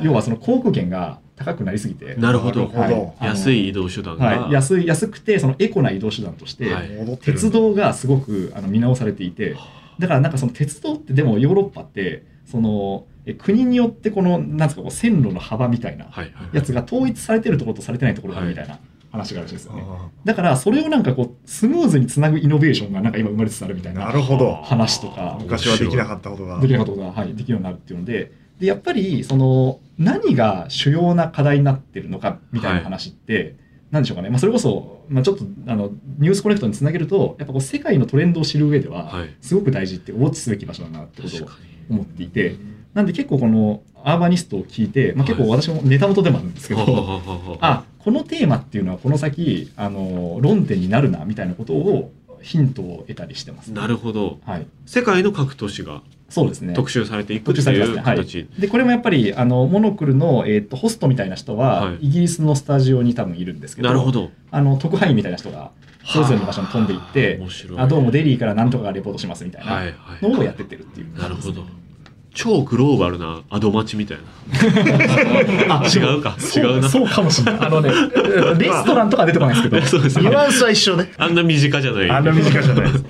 S1: え
S3: 要はその航空券が高くなりすぎて、
S1: なるほど
S2: なるほど
S3: あの
S1: 安い移動手段が、
S3: はい、安い安くてそのエコな移動手段として、
S1: はい
S2: 戻ってる
S3: 鉄道がすごくあの見直されていてだからなんかその鉄道ってでもヨーロッパってそのえ国によってこのなんですかこう線路の幅みたいな
S1: はいはい
S3: やつが統一されてるところとされてないところがあるみたいな話があるらしいですよね、
S2: あ
S3: だからそれをなんかこうスムーズにつなぐイノベーションがなんか今生まれつつあるみた
S2: ー
S3: い
S2: な
S3: な
S2: るほど。
S3: 話とか
S2: 昔はできなかったことが。
S3: できなかったことが、はい、できるようになるっていうのででやっぱりその何が主要な課題になってるのかみたいな話って、なんでしょうかね、まあ、それこそ、まあ、ちょっとあのニュースコネクトにつなげるとやっぱこう世界のトレンドを知る上では
S1: はい
S3: すごく大事ってウォッチすべき場所だなってこと
S1: 確
S3: を
S1: かに
S3: 思っていてなんで結構このアーバニストを聞いて、まあ、結構私もネタ元でもあるんですけど、
S1: はははは
S3: あこのテーマっていうのはこの先あの論点になるなみたいなことをヒントを得たりしてます。
S1: なるほど
S3: はい、
S1: 世界の各都市が
S3: そうですね
S1: 特集されていくっ
S3: 特
S1: て
S3: 集され
S1: い
S3: てます
S1: う
S3: ねはい
S1: 形、
S3: でこれもやっぱりあのモノクルの、えー、とホストみたいな人
S1: は
S3: はいイギリスのスタジオに多分いるんですけど,、
S1: なるほど
S3: あの特派員みたいな人がそれぞれの場所に飛んでいって
S1: はあ面白い
S3: あどうもデリーからなんとかがレポートしますみたい
S1: は
S3: ない
S1: はい
S3: のをやってってるっていう、
S1: なるほど超グローバルなアドマチみたいな あ違うか違
S3: そう
S1: うな
S3: そうかもしれないあのねレストランとかは出てこないですけど
S1: そうです
S2: ニ
S1: ね
S2: ュアンスは一緒ね。
S1: あんな身近じゃない
S2: あんな短いじゃないです。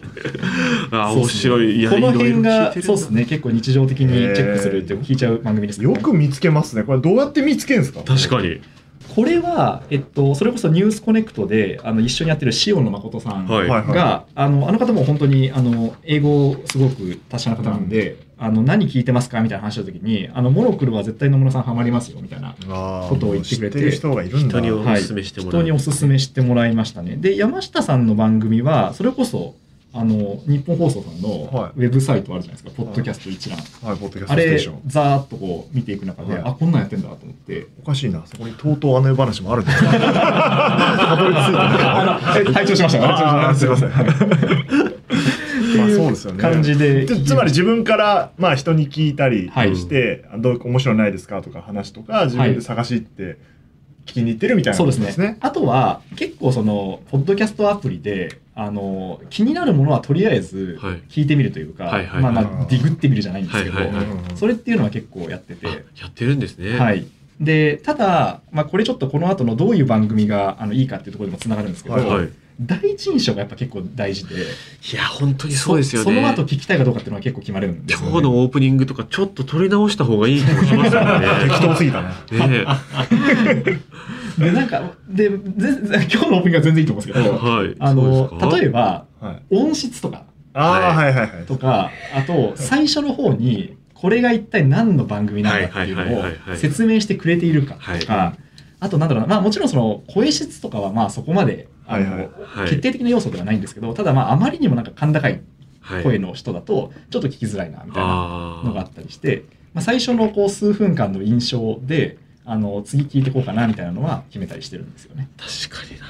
S1: あ
S3: そう
S1: 面
S3: っすね
S1: 白いいや
S3: この
S1: いろ
S3: 辺
S1: いろ聞い
S3: が
S1: てるな
S3: そうですね結構日常的にチェックするっていう聞いちゃう番組ですね
S2: よく見つけますね。これどうやって見つけるんですか
S1: 確かに
S3: これは、えっと、それこそ「ニュースコネクトで」あの一緒にやってる塩野誠さん
S1: はい
S2: はいはい。
S3: が、あのあの方も本当にあの英語すごく達者な方なんで、あの何聞いてますかみたいな話の時にあのモノクルは絶対野村さんハマりますよみたいな
S2: あー
S3: ことを言ってくれて
S2: もう知ってる人がいるんだ
S1: 人にお
S3: はい
S1: 勧めしてもらう、
S3: 人におすすめしてもらいましたねで山下さんの番組はそれこそあの日本放送さん
S2: は
S3: の
S2: い
S3: ウェブサイトあるじゃないですか、ポッドキャスト一覧、
S2: はいポッドキャストス
S3: あ
S2: テー
S3: れ
S2: ション
S3: ざーっとこう見ていく中で、
S2: はい
S3: あこんなんやってんだと思 って
S2: おかしいなそこにとうとうあの世話もあるんですねたどり着いて
S3: あのえ退場しました
S2: あーすいません
S3: はい
S2: まあそうですよね
S3: 感じで
S2: つつまり自分からまあ人に聞いたり
S3: はい
S2: して、あどう面白いのないですかとか話とか自分で探し行って聞きに行ってるみたいな
S3: そう
S2: こ
S3: で
S2: と
S3: すねあとは結構そのポッドキャストアプリであの気になるものはとりあえず
S1: はい
S3: 聞いてみるというか、
S1: はいはい
S3: まあま
S2: はい
S3: あディグってみるじゃないんですけど、
S1: はいはいは
S2: うん
S3: それっていうのは結構やってて
S1: あ、やってるんですね、
S3: はい、でただ、まあ、これちょっとこの後のどういう番組があのいいかっていうところにもつながるんですけど、
S2: はい
S1: はいい
S3: 第一印象がやっぱ結構大事で
S1: や本当にそうですよね
S3: その後聞きたいかどうかっていうのは結構決まるんですよ、
S1: 今日のオープニングとかちょっと取り直した方がいい気もしますよ
S2: 適当すぎたね
S1: ね。ね
S3: でなんかでぜ今日のオープニングは全然い いと思うんです
S1: え。
S3: けど、
S1: はい。
S3: あの例え
S1: ば。
S3: ば
S2: はい
S3: 音質とか
S2: ああーはいはいはい
S3: とかあと最初の方にこれが一体何の番組なんだっていう
S1: はいはいはいはい
S3: の
S1: は
S3: を
S1: い
S3: 説明してくれているか
S1: はい
S3: とかあとなんだろうなまあもちろんその声質とかはまあそこまであ
S2: はいはい
S3: の
S1: はい
S3: 決定的な要素ではないんですけどただまああまりにもなんか甲高い
S1: はい
S3: 声の人だとちょっと聞きづらいなみたいな
S1: あー
S3: のがあったりしてまあ最初のこう数分間の印象であの次聞いてこうかなみたいなのは決めたりしてるんですよね。
S1: 確かにな。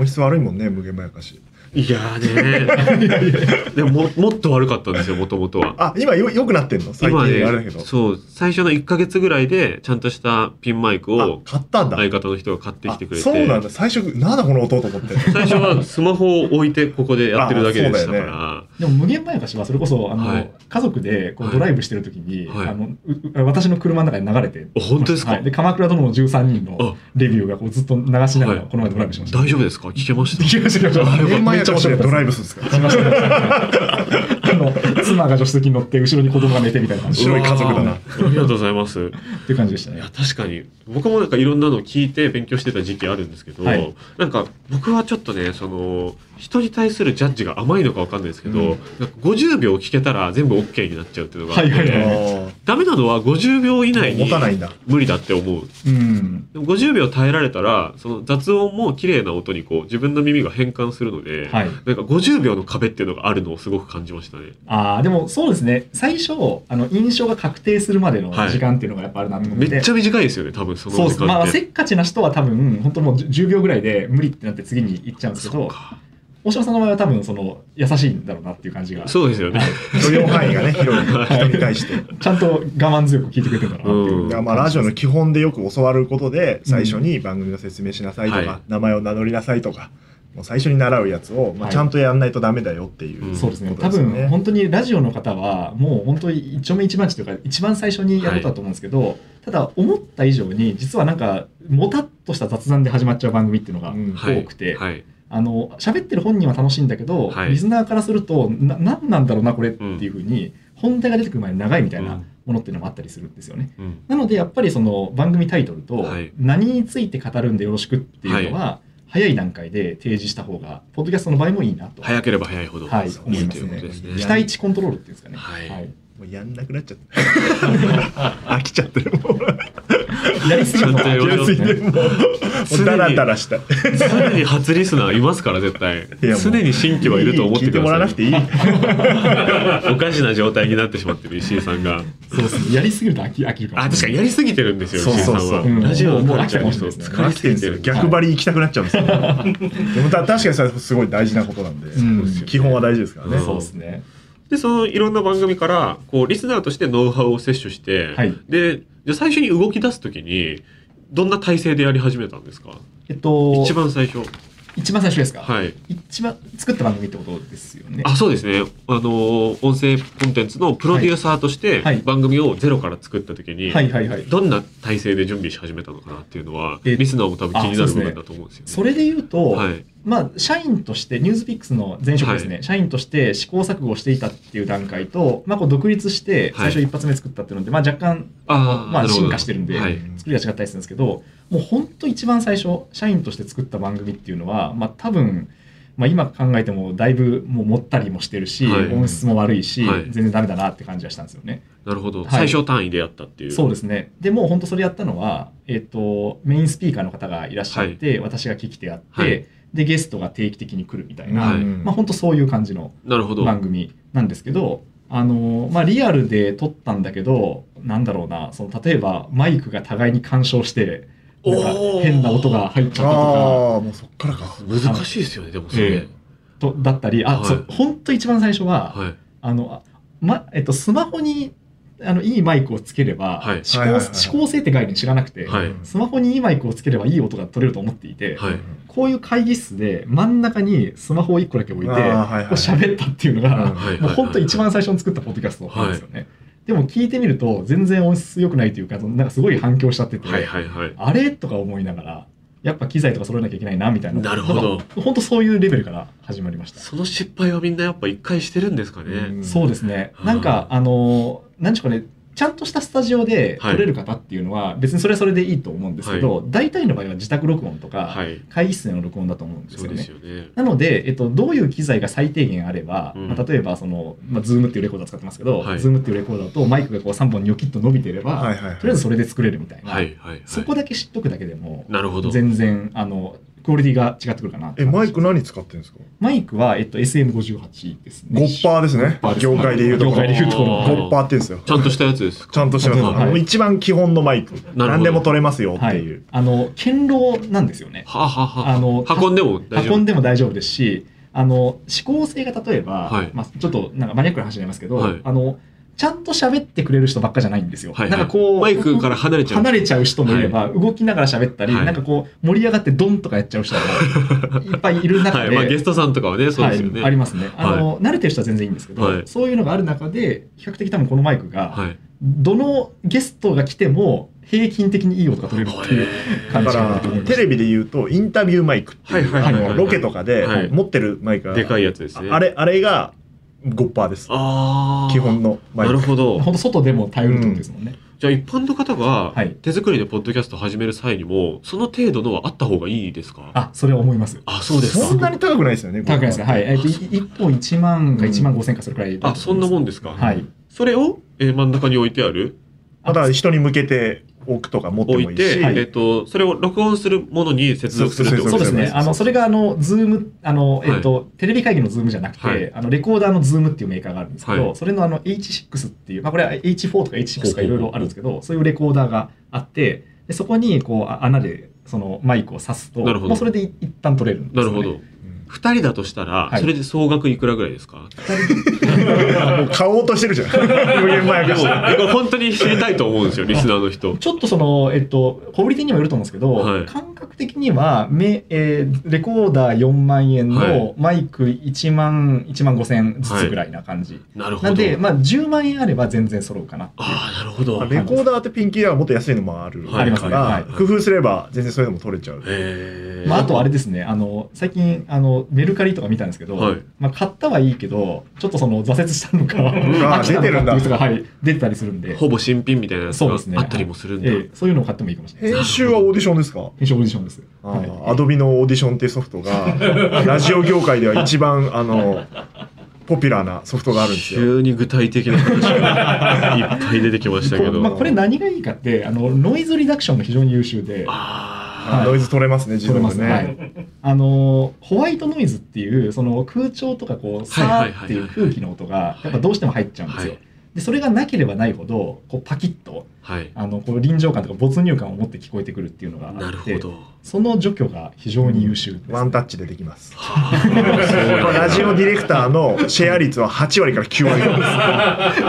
S2: 音質悪いもんね無限まやかし
S1: いや ーね。でもももっと悪かったんですよもともとは。
S2: あ今よ良くなってんの最近
S1: 今
S2: あ
S1: ね
S2: れだけど、
S1: そう最初の1か月ぐらいでちゃんとしたピンマイク
S2: あ
S1: を
S2: 買ったんだ
S1: 相方の人が買ってきてくれて。
S2: あそうなんだ最初なんだこの音と思 って
S1: 最初はスマホを置いてここでやってるだけでしたから。
S3: でも無限まやかしはそれこそあの、
S1: はい
S3: 家族でこう
S1: はい
S3: ドライブしてる時に、
S1: はい
S3: あのうう私の車の中で流れて
S1: あ本当ですか
S3: はいで鎌倉殿の13人の
S1: あ
S3: レビューがこうずっと流しながら
S1: はい
S3: この前ドライブしました、
S1: 大丈夫ですか聞けました
S3: 聞きました聞きました
S2: 無限ま
S3: めっ
S2: や
S3: ちゃ
S2: か
S3: 面
S2: しで
S3: 白か
S2: ド
S3: っ
S2: ラ
S3: た
S2: イ
S3: で
S2: ブ
S3: す
S2: するんですか
S3: 聞きましたあの妻が助手席に乗って後ろに子供が寝てみたいな感じ
S2: 白い家族だな
S1: うわーありがとうございます。
S3: っていう感じでした
S1: い
S3: ね
S1: や確かに僕もなんかいろんなの聞いて勉強してた時期あるんですけど、
S3: はい
S1: なんか僕はちょっとねその人に対するジャッジが甘いのかわかんないですけど、
S2: うん
S1: なんか50秒聞けたら全部 OK になっちゃうっていうのがあって、
S3: はいはい
S2: あ
S3: はい
S1: ダメなのは50秒以内
S2: ー
S1: に
S2: 持たないんだ
S1: 無理だって思う
S3: うん
S1: でも50秒耐えられたらその雑音も綺麗な音にこう自分の耳が変換するので、
S3: はい
S1: なんか50秒の壁っていうのがあるのをすごく感じましたね。
S3: あーでもそうですね最初あの印象が確定するまでの時間っていうのがやっぱあるなと思って、
S1: めっちゃ短いですよね多分その
S3: そうで
S1: 時
S3: す
S1: 間って。
S3: まあせっかちな人は多分本当もう10秒ぐらいで無理ってなって次に行っちゃうんですけ
S1: そう
S3: ど
S1: か
S3: 大島さんの場合は多分その優しいんだろうなっていう感じが
S1: そうですよね。
S2: 許容範 囲がね広い人に対して
S3: ちゃんと我慢強く聞いてくれてるんだろうなっていううん
S2: いやまあラジオの基本でよく教わることで最初に番組の説明しなさいとか、
S1: はい
S2: 名前を名乗りなさいとかもう最初に習うやつを、ま
S3: は
S2: あ、
S3: い
S2: ちゃんとやんないとダメだよっていうう、
S1: ん
S3: そうですね
S2: こと
S3: 多
S2: ですよね
S3: 分本当にラジオの方はもう本当に一丁目一番地というか一番最初にやることだと思うんですけど、ただ思った以上に実はなんかもたっとした雑談で始まっちゃう番組っていうのが
S2: うん
S1: はい
S3: 多くて、
S1: はい
S3: あの喋ってる本人は楽しいんだけど、
S1: はい
S3: リスナーからするとな何なんだろうなこれっていうふうに、本題が出てくる前に長いみたいなものっていうのもあったりするんですよね。
S1: うん
S3: なのでやっぱりその番組タイトルと
S1: はい
S3: 何について語るんでよろしくっていうのは早い段階で提示した方がポッドキャストの場合もいいなと、
S1: 早ければ早いほど、
S3: はい
S1: い
S3: 思いま
S1: とい
S3: す
S1: うこ
S3: ね
S1: とですね。
S3: 期待値コントロールっていうんですかね、
S1: はい
S2: もうやんなくなっちゃった飽きちゃってるもう
S3: やりすぎるの
S1: ちゃんと
S2: 飽
S1: や
S2: き
S1: り
S2: す
S1: す
S2: ぎ
S1: ぎて
S2: てもうもうダラダラしたい
S1: 常に初リスナーいますから絶対
S2: いやもう
S1: 常に新規はいると思って
S2: 聞い
S1: く
S2: てもらわ
S1: だ
S2: な
S1: さ
S2: く
S1: い
S2: ていい
S1: おかしな状態になってしまってる石井さんが
S3: そうですねやりすぎると飽き飽きるかも
S1: あ確かにやりすぎてるんですよ
S2: そう
S1: 石井さん
S2: そう
S1: は
S2: そう
S3: うん
S1: ラジオのカルチャーに
S3: もう飽きたか
S1: 疲
S2: 飽
S1: れ
S2: き
S1: す
S2: てるん
S1: ぎ
S2: です
S1: て
S2: よ
S1: る
S2: 逆張り行きたくなっちゃうんですよでもた確かにそれすごい大事なことなんで、
S3: うん
S2: 基本は大事ですからね、
S1: うん
S3: そうですね
S1: でそのいろんな番組からこうリスナーとしてノウハウを摂取して、
S3: はい
S1: でじゃあ最初に動き出す時にどんな体勢でやり始めたんですか
S3: えっと
S1: 一番最初
S3: 一番最初ですか、
S1: はい
S3: 一番作った番組ってことですよね
S1: あそうですねあのー音声コンテンツのプロデューサーとして
S3: はい
S1: 番組をゼロから作った時に、
S3: はいはいはい
S1: どんな体制で準備し始めたのかなっていうのは
S3: え
S1: リスナーも多分気にな
S3: あ
S1: る部
S3: そうですね
S1: 分だと思うんですよね。
S3: それで言うと、
S1: はい
S3: まあ、社員として、ニュースピックスの前職ですね、社員として試行錯誤をしていたっていう段階と、まあ、こう独立して、
S1: はい
S3: 最初一発目作ったっていうので、まあ、若干、
S1: あー
S3: ま
S1: な
S3: あ、
S1: るほど
S3: 進化してるんで、
S1: はい
S3: 作りが違ったりするんですけど、もう本当一番最初、社員として作った番組っていうのは、まあ、多分、まあ、今考えてもだいぶもうもったりもしてるし、
S1: はい
S3: 音質も悪いし、
S1: はい
S3: 全然ダメだなって感じがしたんですよね。
S1: なるほど、
S3: はい
S1: 最小単位でやったっていう
S3: そうですね。でもう本当それやったのは、えっ、と、メインスピーカーの方がいらっしゃって、私が聞き手やって、
S1: はい
S3: で、ゲストが定期的に来るみたいな、
S1: はい
S3: まあ本当そういう感じの
S1: なるほど
S3: 番組なんですけど、あの、まあリアルで撮ったんだけど、なんだろうな、その例えばマイクが互いに干渉して、なんか
S1: おー
S3: 変な音が入っちゃったとか、
S2: ああ、もうそっからか。
S1: 難しいですよねでもそれ、
S3: えとだったりあ、
S1: はい
S3: そうほんと一番最初は、
S1: はい
S3: あの、あまえっと、スマホにあのいいマイクをつければ、
S1: はい
S3: 指
S2: はい
S3: 向
S2: はいはい
S3: 指向性って概念知らなくて、
S1: はい
S3: スマホにいいマイクをつければいい音が取れると思っていて、
S1: はい
S3: こういう会議室で真ん中にスマホを1個だけ置いて、
S2: あーはいはいはい
S3: こう喋ったっていうのが、
S2: うん
S1: はい
S3: もう
S1: はい
S3: ほんと一
S1: は
S3: 番最初に作ったポッドキャストなんですよね。でも聞いてみると全然音質良くないというかなんかすごい反響しちゃってて、
S1: いはいはいはい
S3: あれとか思いながらやっぱ機材とか揃えなきゃいけないなみたいな
S1: なるほど
S3: 本当そういうレベルから始まりました。
S1: その失敗はみんなやっぱ一回してるんですかね、
S2: ん
S3: そうですね。
S1: うん
S3: なんか、あのー、なんちゅうかね、ちゃんとしたスタジオで
S1: はい
S3: 撮れる方っていうのは、別にそれはそれでいいと思うんですけど、大体の場合は自宅録音とか、
S1: はい
S3: 会議室での録音だと思うんです
S1: そ
S3: よ
S1: うです
S3: ね。
S1: よね
S3: なので、えっと、どういう機材が最低限あれば、
S1: うん
S3: まあ、例えば、その、まあ、Zoom っていうレコーダー使ってますけど、
S1: はい
S3: Zoom っていうレコーダーとマイクがこう3本ニョキッと伸びてれば、
S2: はいはいはい。
S3: とりあえずそれで作れるみたいな、
S1: はいはいはい
S3: そこだけ知っとくだけでも、
S1: なるほど
S3: 全然、あの、クオリティが違ってくるかなって
S2: え、
S3: 感じ
S2: マイク何使ってるんですか
S3: マイクは、えっと、SM58 ですね。
S2: ゴッパーですね
S3: ゴッパー。です
S2: 業界で言うとこ
S3: 業界で言うとこ
S2: ゴ
S3: ろ
S1: の
S2: ッパーって言うんですよ。
S1: ちゃんとしたやつですか
S2: ちゃんとしてます。
S3: はい
S2: あの一番基本のマイク。
S1: ど
S2: 何でも取れますよっていう。
S3: あの堅牢なんですよね
S1: はあはあはあ
S3: あの
S1: 運んでも大丈夫
S3: 運んでも大丈夫ですしあの指向性が例えば、
S1: はい
S3: まあ、ちょっとなんかマニアックな話になりますけど、
S1: はい
S3: あのちゃんと喋ってくれる人ばっかじゃないんですよ、
S1: はいはい
S3: なんかこう
S1: マイクから離れちゃう
S3: 離れちゃう人もいれば、動きながら喋ったり、
S1: はい
S3: なんかこう盛り上がってドンとかやっちゃう人がいっぱいいる中
S1: は
S3: で、
S1: いまあ、ゲストさんとかはねそうですよね、
S3: はいありますねあの、慣れてる人は全然いいんですけど、
S1: はい
S3: そういうのがある中で比較的多分このマイクが、
S1: はい
S3: どのゲストが来ても平均的にいい音が取れるっていう感
S2: だ
S3: じかな
S2: か
S3: と思い
S2: ら、
S3: ま
S2: テ
S3: す。
S2: レビで言うと、インタビューマイクっていう
S1: はいはいはいはい
S2: あのロケとかで
S1: はい
S2: 持ってるマイクが
S1: でかいやつですね
S2: あれ、あれがゴッパーです。
S1: ああ
S2: 基本のマイ
S1: な
S2: ク
S1: る。ほど
S3: ほんと外でも頼るってことですもんね。
S1: じゃあ一般の方が
S3: はい
S1: 手作りでポッドキャスト始める際にもその程度のはあった方がいいですか
S3: あ、それは思います。
S1: あそうです
S2: そん
S1: か
S2: なに高くないですよね。
S3: 高くないですか。はい。えっと、い1本1万か
S2: うん
S3: 1万5千かそれくらいだと思
S1: あ
S3: います。
S1: そんなもんですか、
S3: はい。
S1: それを、えー真ん中に置いてある
S2: また人に向けて置くとか持って
S1: 置
S2: も
S1: い
S2: いい
S1: て
S2: し、
S3: はい
S1: えっとそれを録音するものに接続するってこと
S3: そうですね。
S2: そう
S3: あの、それが、あの、ズーム、あの、えっと、テレビ会議のズームじゃなく
S1: はい
S3: て、あの、レコーダーのズームっていうメーカーがあるんですけ
S1: は
S3: ど、
S1: い
S3: それのあの、H6 っていう、まあ、これは H4 とか H6 とかいろいろあるんですけど、そういうレコーダーがあって、でそこに、こう、あ穴で、そのマイクを挿すと、
S1: なるほど
S3: もうそれでい一旦取れるんです
S1: な
S3: よ
S1: るほ
S3: ね。
S1: ど、二人だとしたら、
S3: はい
S1: それで総額いくらぐらいですか
S2: うんもう買おうとしてるじゃん。無限マイ
S1: で
S2: ク
S1: も
S2: し
S1: こ
S2: て
S1: れ本当に知りたいと思うん ですよリスナーの人
S3: ちょっとその、えっと、小売り手にもよると思うんですけど、
S1: はい
S3: 感覚的にはめ、えーレコーダー4万円
S1: はい
S3: のマイク1万、1万5千ずつぐらいな感じ。
S1: なるほど
S3: なんで、まあ、10万円あれば全然揃うかな。
S1: ああなるほど
S2: あレコーダーってピンキーだからもっと安いのもある
S1: はい
S3: ありま
S2: か
S3: すねは
S2: ら
S3: い、
S2: 工夫すれば全然そういうのも取れちゃう。
S1: へえ
S3: まあ、あとあれ
S1: で
S3: ですね、あの、最近、あの、メルカリとか見たんですけど、
S1: はい
S3: まあ、買ったはいいけど、ちょっとその、挫折し たのか、
S2: あ
S3: 飽きた
S2: 出てる
S3: の
S2: ん
S3: か
S2: だ
S3: っていう人が、はい、出てたりするんで、
S1: ほぼ新品みたいなやつ
S3: そう
S1: が
S3: ですね
S1: あったりもするんだ、
S3: ええそういうのを買ってもいいかもしれないです。
S2: 編集はオーディションですか
S3: 編集オーディションです。はい
S2: アドビのオーディションっていうソフトがラジオ業界では一番あのポピュラーなソフトがあるんですよ。
S1: 急に具体的な話 がいっぱい出てきましたけど、
S3: まあ、これ何がいいかってあのノイズリダクションが非常に優秀で
S1: あ
S2: あ
S3: はい
S2: ノイズ取れますね自
S3: 取れ
S2: 動
S3: ま
S2: ですね。
S3: はい、あのホワイトノイズっていうその空調とか
S1: は
S3: こう
S1: いはい
S3: さ
S1: はいはい
S3: ーっていう空気の音がやっぱどうしても入っちゃうんですよ。
S1: はい
S3: でそれがなければないほどこうパキッと
S1: ーはい
S3: あのこう臨場感とか没入感を持って聞こえてくるっていうのがあって
S1: なるほど
S3: その除去が非常に優秀です、
S2: ワンタッチでできます。
S1: そうなんだ
S2: ラジオディレクターのシェア率は8割から9割ぐらいです。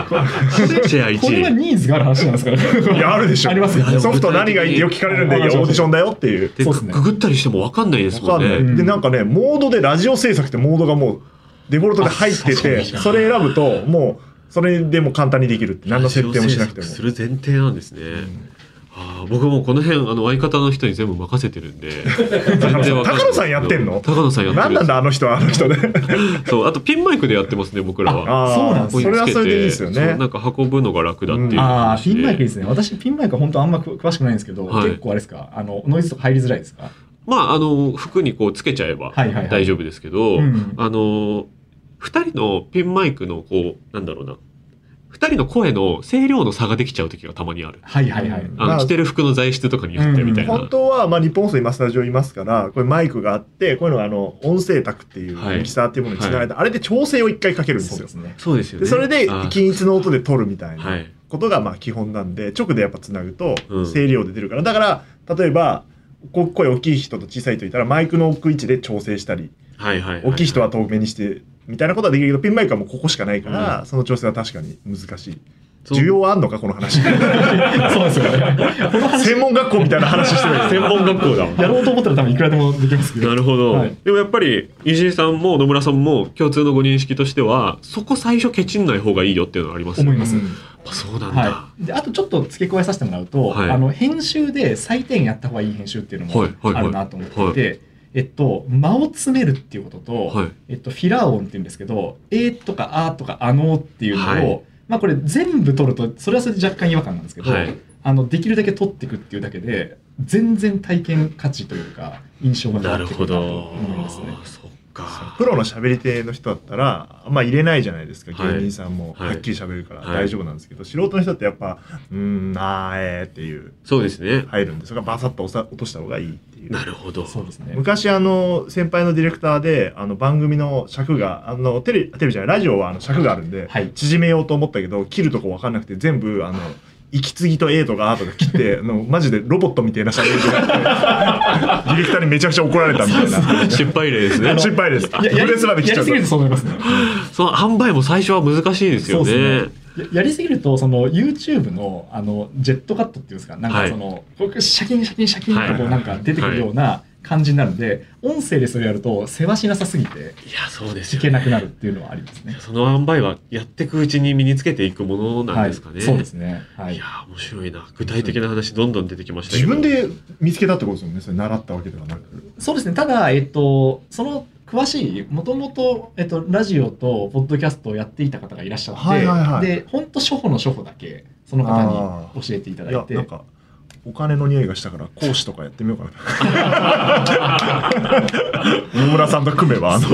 S1: シェア
S3: これは
S1: 1位
S3: ニーズがある話なんですから
S2: いやあるでしょ。
S3: ありますよね
S2: ソフト何がいいってよく聞かれるんで、いやオーディションだよっていう。
S1: で
S3: そうですね
S1: ググったりしても分かんないですも
S2: わか
S1: ん
S2: ん
S1: ね
S2: ない。
S3: ん
S2: でなんかねモードでラジオ制作ってモードがもうデフォルトで入って
S1: あそう
S2: て
S1: そう
S2: それ選ぶともうそれでも簡単にできるって何の設定もしなくて
S1: ラ
S2: も
S1: ジオ。制作する前提なんですね、ああ僕もうこの辺あの相方の人に全部任せてるんで全然わかない
S2: 高野さんやってんの
S1: 高野さんやってる
S2: 何なんだあの人はあの人で。
S1: そうあとピンマイクでやってますね僕らは
S2: あー
S3: そうなんです
S1: ここ
S3: ね
S1: につけて
S2: それはそれでいいですよ
S1: そう
S2: ね
S1: な。んか運ぶのが楽だっていう話で、
S3: ああピンマイクですね私ピンマイクは本当あんま詳しくないんですけど、
S1: はい
S3: 結構あれですかあのノイズとか入りづらいですか
S1: まあ、あの、服にこうつけちゃえば
S3: はいはいはい
S1: 大丈夫ですけど、
S3: うん
S1: あの、二人のピンマイクのこう、なんだろうな、二人の声の声量の差ができちゃう時がたまにある。
S3: はいはいはい。
S1: あの、
S2: まあ
S1: 着てる服の材質とかによってみたいな。
S2: 本当は、まあ、日本放送今スタジオいますからこれマイクがあってこういうのがあの音声卓っていう
S1: はい
S2: ミキサーっていうものにつながれて、あれで調整を一回かけるんです
S3: そう
S2: よ
S3: で。すね。
S1: そうですよ
S2: で
S1: ね。
S2: それで
S1: あ
S2: 均一の音で撮るみたい
S1: は。
S2: ないことがまあ基本なんで直でやっぱつなぐと
S1: うん
S2: 声量で出るから、だから例えばこ声大きい人と小さい人いたらマイクの置く位置で調整したり
S1: はいはいはい。
S2: 大きい人は遠目にしてみたいなことはできるけどピンマイクはもうここしかないから、その調整は確かに難しい
S1: そう
S2: 需要はあんのかこ の話
S3: そうですよね。この話
S2: 専門学校みたいな話してない
S1: 専門学校だもん
S3: やろうと思ったら多分いくらでもできますけど。
S1: なるほど、
S3: はい
S1: でもやっぱり石井さんも野村さんも共通のご認識としてはそこ最初ケチんない方がいいよっていうのはありますよね
S3: 思います。
S1: あそうなんだ、
S3: はい、であとちょっと付け加えさせてもらうと、
S1: はい
S3: あの編集で採点やった方がいい編集っていうのも
S1: はいはいはい
S3: あるなと思っていて、えっと、間を詰めるっていうことと、
S1: はい
S3: えっと、フィラー音って言うんですけど「えー」とか「あ」とか「あのー」っていうのを、
S1: はい
S3: まあ、これ全部取るとそれはそれで若干違和感なんですけど、
S1: はい
S3: あのできるだけ取っていくっていうだけで全然体験価値というか印象が変
S1: な
S3: わ
S1: る
S3: ってく
S1: ほ
S3: るなと
S1: ど
S3: 思いますね。
S1: そっか
S2: プロの喋り手の人だったらあんま入れないじゃないですか
S1: はい
S2: 芸人さんも
S1: はい
S2: はっきり喋るから
S1: はい
S2: 大丈夫なんですけど、素人の人ってやっぱ「うーんあーえー」っていう
S1: そうですね
S2: 入るんでそれがバサッと押さ落とした方がいいっていう
S1: なるほど
S3: そうで すね
S2: 昔あの先輩のディレクターであの番組の尺があのテレテレビじゃないラジオはあの尺があるんで、
S3: はい
S2: 縮めようと思ったけど切るとこ分かんなくて全部あの息継ぎと A とか A とか切ってあのマジでロボットみたいな 喋り方になってディレクターにめちゃくちゃ怒られたみたいな
S1: 失敗例ですね
S2: 失敗です
S3: いやや
S2: プレスまで
S3: り
S2: 切っ
S3: や
S2: ちゃ
S3: り
S2: う
S3: す
S2: と
S3: ぎるとそう思いますね。
S1: その販売も最初は難しいですよね
S3: そうですややりすぎるとその YouTube のあのジェットカットっていうんですかなん
S1: は
S3: か
S1: い
S3: その、僕シャキンシャキンシャキン
S1: はい
S3: とこうなんか出てくるような感じになるんで、音声でそれやるとせわしなさすぎて
S1: いやそうです
S3: 聞
S1: よ
S3: け
S1: ね
S3: なくなるっていうのはありますね。
S1: その販売はやっていくうちに身につけていくものなんですかね、
S3: はい、そうですね。はいい
S1: や。ー面白いな具体的な話どんどん出てきましたけ
S2: 自
S1: ど
S2: 分で見つけたってことですよねそれ習ったわけではなく
S3: そうですね。ただえっとその詳しいもともとえっとラジオとポッドキャストをやっていた方がいらっしゃって、
S2: はいはいはい
S3: で本当初歩の初歩だけその方に教えていただ
S2: いや
S3: いて
S2: なんかお金の匂いがしたから講師とかやってみようか な野村さんと組めばあの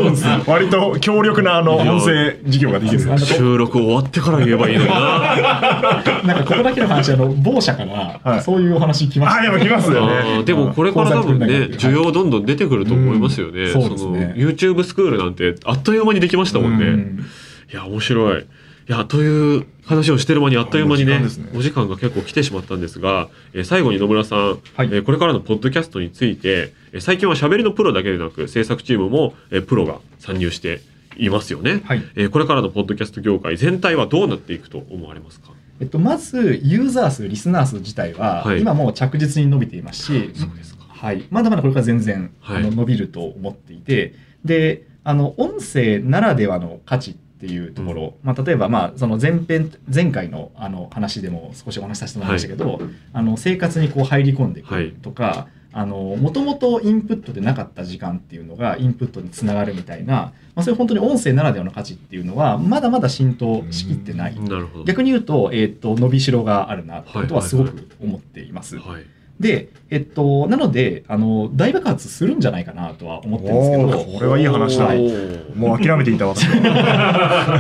S2: 割と強力なあの
S1: いや
S2: 音声事業ができる
S3: あの
S1: 収録終わってから言えばいいのにな
S3: なんかここだけの話あの某社から、
S2: はい
S3: そういうお話来ました。
S2: あやっぱ来ますよ
S1: あ
S2: ね
S1: ーでもこれから多分ね
S3: コンサルティングだけ
S1: 需要どんどん出てくると思いますよね,、
S3: うん
S1: そ
S3: そうです
S1: の
S3: ね
S1: YouTube スクールなんてあっという間にできましたもんね、
S3: うん
S1: いや面白いいやという話をしてる間にあっという間にね
S2: もう時間ですね
S1: お時間が結構来てしまったんですが、えー最後に野村さん、
S3: はい
S1: えーこれからのポッドキャストについてえー最近はしゃべりのプロだけでなく制作チームも、えープロが参入していますよね、
S3: はい
S1: えーこれからのポッドキャスト業界全体はどうなっていくと思われますか
S3: えっと、まずユーザー数リスナー数自体は、
S1: はい
S3: 今もう着実に伸びていますし、
S1: そうですか
S3: はい、まだまだこれから全然、
S1: はい
S3: あの伸びると思っていてであの音声ならではの価値っていうところ、まあ、例えば、まあ、その前編前回のあの話でも少しお話しさせてもらいましたけど、あの生活にこう入り込んでい
S1: はい
S3: くとか、あのもともとインプットでなかった時間っていうのがインプットにつながるみたいな、まあ、そういう本当に音声ならではの価値っていうのはまだまだ浸透しきってない
S1: なるほど
S3: 逆に言うと,、えー、と伸びしろがあるなってことはすごく思っています。
S1: はい
S3: で、えっと、なのであの大爆発するんじゃないかなとは思ってるんですけ
S2: お
S3: ど
S2: ーこれはいい話だ
S1: おー
S2: もう諦めていた 私は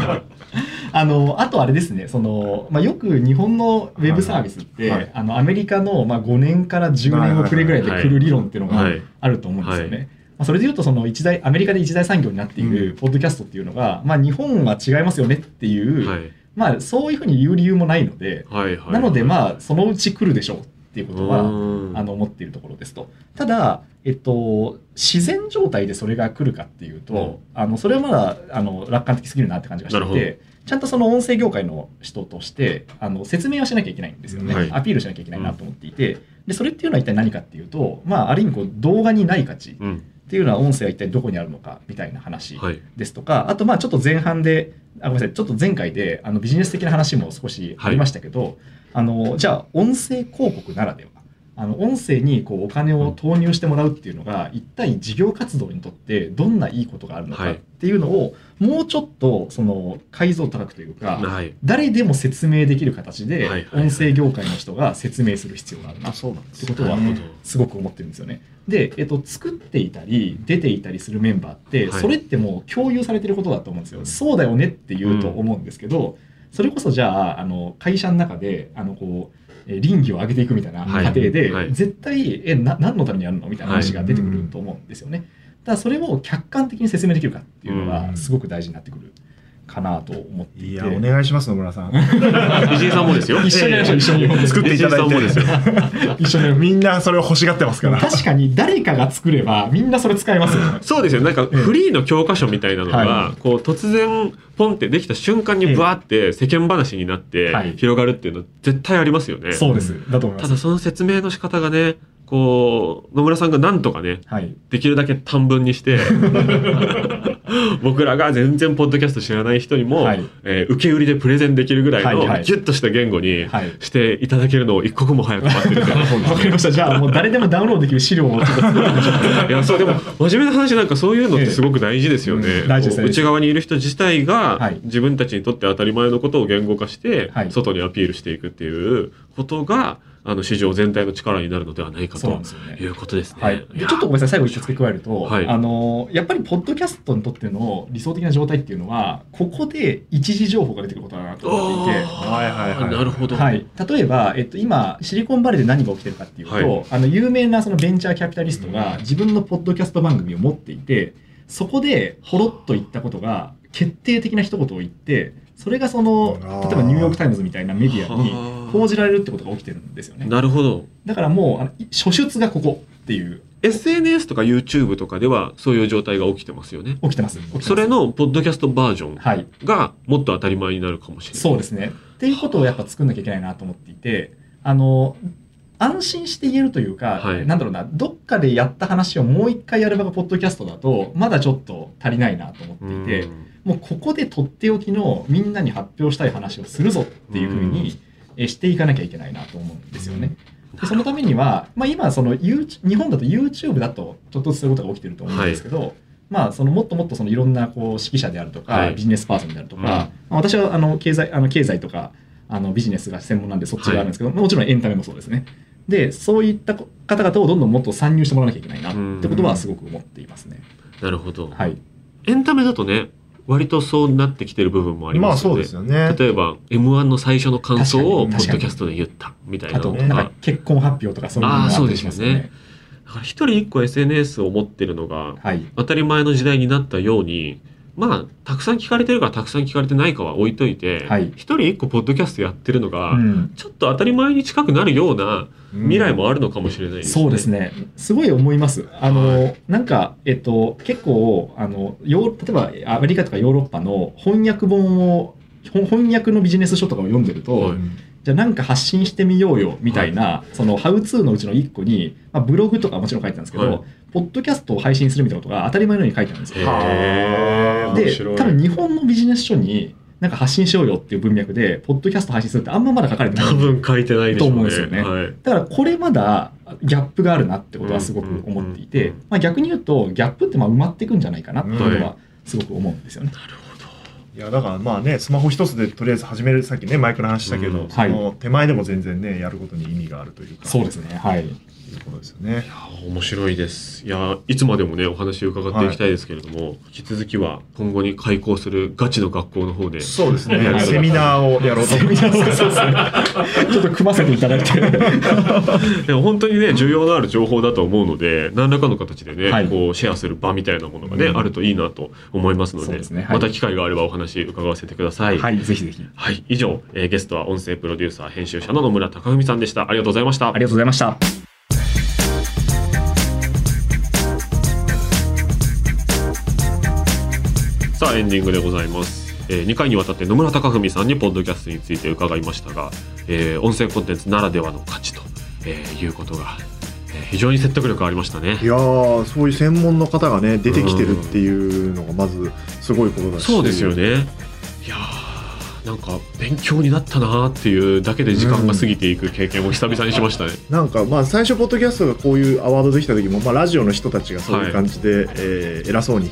S3: あのあとあれですねその、まあ、よく日本のウェブサービスって、
S2: はいはい
S3: あのアメリカの、まあ、5年から10年遅れぐらいで来る理論っていうのが
S1: はい
S3: あると思うんですよね。
S1: は
S3: まあそれでいうとその一大アメリカで一大産業になっていうるポッドキャストっていうのが、まあ、日本は違いますよねっていう、
S1: はい
S3: まあ、そういうふうに言う理由もないので、
S1: はいはい
S3: なのでまあそのうち来るでしょうっていうことは、
S1: うん
S3: あの思っているところですと。ただ、えっと、自然状態でそれが来るかっていうと、あのそれはまだあの楽観的すぎるなって感じがし
S1: な
S3: て
S1: る
S3: て、ちゃんとその音声業界の人としてあの説明をしなきゃいけないんですよね、
S1: はい
S3: アピールしなきゃいけないなと思っていて、でそれっていうのは一体何かっていうと、まあ、ある意味こう動画にない価値っ
S1: うん
S3: ていうのは音声は一体どこにあるのかみたいな話
S1: はい
S3: ですとか、あとまあちょっと前半で、あごめんなさい、ちょっと前回であのビジネス的な話も少しありましたけど、あのじゃあ音声広告ならでは、ああの音声にこうお金を投入してもらうっていうのが一体事業活動にとってどんないいことがあるの
S1: は
S3: か
S1: い
S3: っていうのをもうちょっとその解像高くというか
S1: はい
S3: 誰でも説明できる形で
S1: はいはいはい
S3: 音声業界の人が説明する必要があるな
S2: そうなんで
S3: ってことは
S1: なる
S3: すごく思ってるんですよね。で、えっと、作っていたり出ていたりするメンバーって、
S1: はい
S3: それってもう共有されてることだと思うんですよ。そうだよねって言うと思うんですけど、それこそじゃああの会社の中であのこうえー倫理を上げていくみたいな過
S1: はい
S3: 程で、
S1: はい
S3: 絶対えな何のためにやるのみたいな話が出てくると思うんですよね。ただそれを客観的に説明できるかっていうの
S2: う
S3: が
S2: ん
S3: すごく大事になってくるかなと思っていて。
S2: いやお願いします野村さ
S1: ほ
S2: ん
S1: ど。石井さんもですよ。
S3: 一緒にやりましょう一緒に
S2: 作っていただ
S1: 石井さ
S2: い
S1: んもですよ
S2: て。
S3: 一緒にやる
S2: みんなそれを欲しがってますから
S3: 確かに誰かが作ればみんなそれ使えますよ ね。
S1: そうですよなんか
S2: ええ
S1: フリーの教科書みたいなのが、
S3: は
S1: こう突然ポンってできた瞬間にブワーって世間話になって
S3: はい
S1: 広がるっていうのは絶対ありますよね。
S3: そうです。だと思いま
S1: た
S3: す。
S1: だその説明の仕方がねこう野村さんがなんとかね
S3: はい。
S1: できるだけ短文にして 僕らが全然ポッドキャスト知らない人にも、
S3: はい
S1: えー受け売りでプレゼンできるぐらい
S3: はいは
S1: の
S3: い
S1: ギュッとした言語に
S3: はい
S1: していただけるのを一刻も早く待ってる
S3: わかりました。じゃあ、もう誰でもダウンロードできる資料をちょっと作ってみまし ょ
S1: いやそうでも真面目な話なんかそういうのってすごく大事ですよね、
S2: え
S1: こ
S2: えう
S1: うん
S3: 大事ですね
S1: 内側にいる人自体が、
S3: はい
S1: 自分たちにとって当たり前のことを言語化して、
S3: はい
S1: 外にアピールしていくっていうことがあの市場全体の力になるのではないか
S3: う。そうな
S1: と
S3: んですよね
S1: い。うことですね。
S3: はい、
S1: い
S3: で
S1: や
S3: ちょっとごめんなさい最後一つ付け加えると、
S1: はい
S3: あのやっぱりポッドキャストにとっての理想的な状態っていうのはここで一時情報が出てくることだなと思っていて
S1: あー
S2: はいはいはい
S1: なるほど。
S3: はい、例えば、えっと、今シリコンバレーで何が起きてるかっていうと、
S1: はい
S3: あの有名なそのベンチャーキャピタリストが自分のポッドキャスト番組を持っていてそこでほろっと言ったことが決定的な一言を言ってそれがその
S2: あー
S3: 例えばニューヨーク・タイムズみたいなメディアに報
S1: は
S3: じられるってことが起きてるんですよ
S1: あ
S3: ね
S1: なるほど。
S3: だからもうあのい初出がここっていう
S1: SNS とか YouTube とかではそういう状態が起きてますよね。
S3: 起きてます起きてます
S1: それのポッドキャストバージョン
S3: はい
S1: がもっと当たり前になるかもしれない。
S3: そうですね。っていうことをやっぱ作んなきゃいけないなと思っていて、あの、安心して言えるというか、
S1: はい
S3: なんだろうな、どっかでやった話をもう一回やる場がポッドキャストだと、まだちょっと足りないなと思っていて、
S1: うん
S3: もうここでとっておきのみんなに発表したい話をするぞっていうふうにえしていかなきゃいけないなと思うんですよね。でそのためには、まあ、今その YouTube 日本だと YouTube だとちょっとずつそういうことが起きてると思うんですけど、まあ、そのもっともっとそのいろんなこう指揮者であるとか、
S1: はい
S3: ビジネスパーソンであるとか、
S1: うん
S3: まあ私はあの経済あの経済とかあのビジネスが専門なんでそっちがあるんですけど、もちろんエンタメもそうですね。でそういったこ方々をどんどんもっと参入してもらわなきゃいけないなってことはすごく思っていますね。
S1: なるほど。
S3: はい、
S1: エンタメだとね、割とそうなってきてる部分もあり
S2: ま
S1: ま
S2: あ
S1: すよ
S2: そ
S1: ね。
S2: うですよね
S1: 例えば、M1 の最初の感想を
S3: 確
S1: ポ
S3: か
S1: ッド
S3: に確かに
S1: キャストで言ったみたいな
S3: あ
S1: の
S3: と
S1: と
S3: なん
S1: か
S3: か。結婚発表とかそういうのも
S1: ああー、
S3: った
S1: そう
S3: り
S1: で
S3: し
S1: す
S3: ま
S1: よ
S3: すよ
S1: ね
S3: ね。。
S1: だから一人一個 SNS を持ってるのが、
S3: はい
S1: 当たり前の時代になったようにまあたくさん聞かれてるかたくさん聞かれてないかは置いといて一、
S3: はい
S1: 人一個ポッドキャストやってるのが、
S3: うん、
S1: ちょっと当たり前に近くなるような未来もあるのかもしれないですね。
S3: そうですねすごい思いますあの、
S1: は
S3: なんかえっと結構あのヨー例えばアメリカとかヨーロッパの翻訳本をほん翻訳のビジネス書とかを読んでると、
S1: はい
S2: うん
S3: じゃあなんか発信してみようよみたいな、そのハウツーのうちの1個に、まあ、ブログとかもちろん書いてたんですけど、
S1: はい
S3: ポッドキャストを配信するみたいなことが当たり前のように書いてあるんですよ
S1: へ。え
S2: はあ面
S3: で
S2: 白い
S3: 多分日本のビジネス書になんか発信しようよっていう文脈でポッドキャスト配信するってあんままだ書かれてない
S1: 多分書いてないでしょうね。
S3: と思うんですよね
S1: はい
S3: だからこれまだギャップがあるなってことはすごく思ってい
S1: うんうん
S3: て
S1: うん、
S3: まあ、逆に言うとギャップってまあ埋まっていくんじゃないかなっていうの
S1: は
S3: はすごく思うんですよね。
S2: いやだからまあねスマホ一つでとりあえず始めるさっきねマイクの話したけど、
S1: うん
S2: そ
S3: はい
S2: の手前でも全然ねやることに意味があるというか
S3: そうですね、はい、
S2: ということですよね
S1: いやー面白いですいやーいつまでもねお話伺っていきたいですけれども、引き続きは今後に開校するガチの学校の方で
S2: そうですね
S1: はい
S2: セミナーをやろうと思います
S3: そうですねちょっと組ませていただいて、
S1: でも本当にね重要のある情報だと思うので何らかの形でね、
S3: はい
S1: こうシェアする場みたいなものがね、
S2: うん
S1: あるといいなと思いますの
S3: そう
S1: で
S3: ですねはい
S1: また機会があればお話伺わせてください。
S3: はい、ぜひぜひ、
S1: はい、以上、えーゲストは音声プロデューサー編集者の野村貴文さんでしたありがとうございました
S3: ありがとうございました。
S1: さあエンディングでございます、えー、2回にわたって野村貴文さんにポッドキャストについて伺いましたが、えー音声コンテンツならではの価値と、えーいうことが、えー非常に説得力ありましたね
S4: いやーそういう専門の方がね出てきてるっていうのがまずすごいことだし
S1: そうですよねいやーなんか勉強になったなーっていうだけで時間が過ぎていく経験を久々にしましたね。
S2: なんかまあ最初ポッドキャストがこういうアワードできた時も、まあ、ラジオの人たちがそういう感じで、えー偉そうに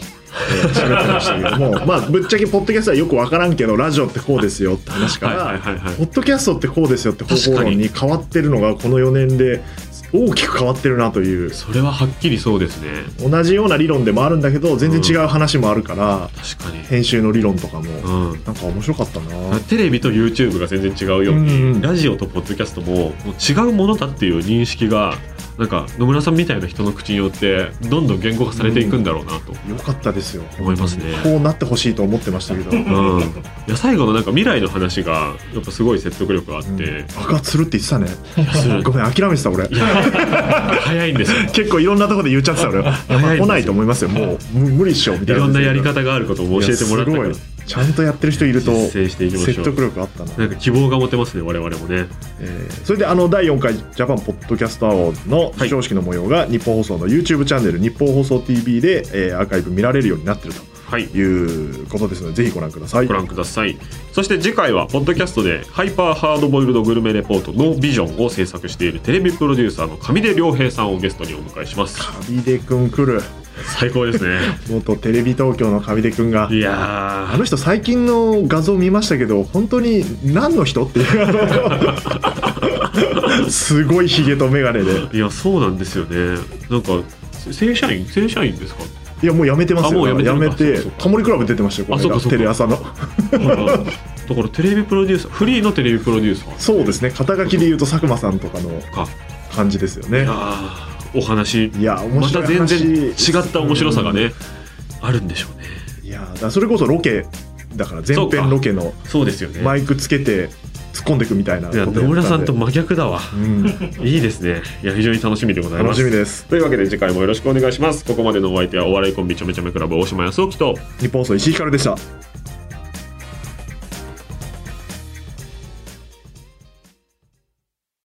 S2: えー喋ってましたけどもまあぶっちゃけポッドキャストはよく分からんけどラジオってこうですよって話から、
S1: はいはいはいはい
S2: ポッドキャストってこうですよって方法論に変わってるのがこの4年で大きく変わってるなという
S1: それははっきりそうですね。
S2: 同じような理論でもあるんだけど全然違う話もあるから、
S1: 確かに。
S2: 編集の理論とかも
S1: うん。
S2: なんか面白かったな。
S1: テレビと YouTube が全然違うように、
S2: うんうん
S1: ラジオとポッドキャストももう違うものだっていう認識がなんか野村さんみたいな人の口によってどんどん言語化されていくんだろうなと
S2: 良かったですよ。
S1: 思いますね。
S2: こうなってほしいと思ってましたけど。
S1: うん、いや最後のなんか未来の話がやっぱすごい説得力があって、
S2: 赤つるって言ってたね。
S1: す る
S2: ごめん、諦めてた、俺。
S1: いや早いんですよ。
S2: 結構いろんなところで言っちゃってた俺。いやまあ来ないと思いますよ。もうむ無理っしょみ
S1: い
S2: たいな。
S1: ろんなやり方があることを教えてもらったか
S2: い
S1: ら
S2: やすごいちゃんとやってる人いると
S1: 実践していきましょう
S2: 説得力あったな。
S1: なんか希望が持てますね我々もね。
S2: えーそれであの第4回ジャパンポッドキャストアワードの授賞式の模様が日本放送の YouTube チャンネル日本放送 TV で、えーアーカイブ見られるようになってる
S1: はい
S2: ということですのでぜひご覧ください。
S1: ご覧くださいそして次回はポッドキャストでハイパーハードボイルドグルメレポートのビジョンを制作しているテレビプロデューサーの上出良平さんをゲストにお迎えします
S2: カビデくん来る
S1: 最高ですね
S2: 元テレビ東京のカビデくんが
S1: いや
S2: あの人最近の画像見ましたけど本当に何の人 っていうあのすごいヒゲと眼鏡で
S1: ーいやそうなんですよねなんか正社員正社員ですか
S2: いやもうやめてますよ
S1: あもうやめてる
S2: め
S1: のか
S2: て
S1: そうか
S2: タモリクラブ出てましたよこの間
S1: あそうかそうか
S2: テレ朝の
S1: だからだからテレビプロデューサーフリーのテレビプロデューサー
S2: そうですね肩書きで言うと佐久間さんとかの
S1: か
S2: 感じですよ
S1: い
S2: ね
S1: やーお話
S2: いや面
S1: また
S2: 白い話
S1: 全然違った面白さがね、あるんでしょうね
S2: うんいやだからそれこそロケだから前
S1: そうか
S2: 編ロケの
S1: そうですよね
S2: マイクつけて突っ込んでいくみたいなこ
S1: い
S2: とや
S1: や
S2: った
S1: 野
S2: で
S1: 村さんと真逆だわ
S2: うん
S1: いいですねいや非常に楽しみでございま
S2: 楽
S1: す
S2: しみです
S1: というわけで次回もよろしくお願いしますここまでのお相手はお笑いコンビちょめちょめクラブ大島康之と
S2: 日本放送石井ひかるでした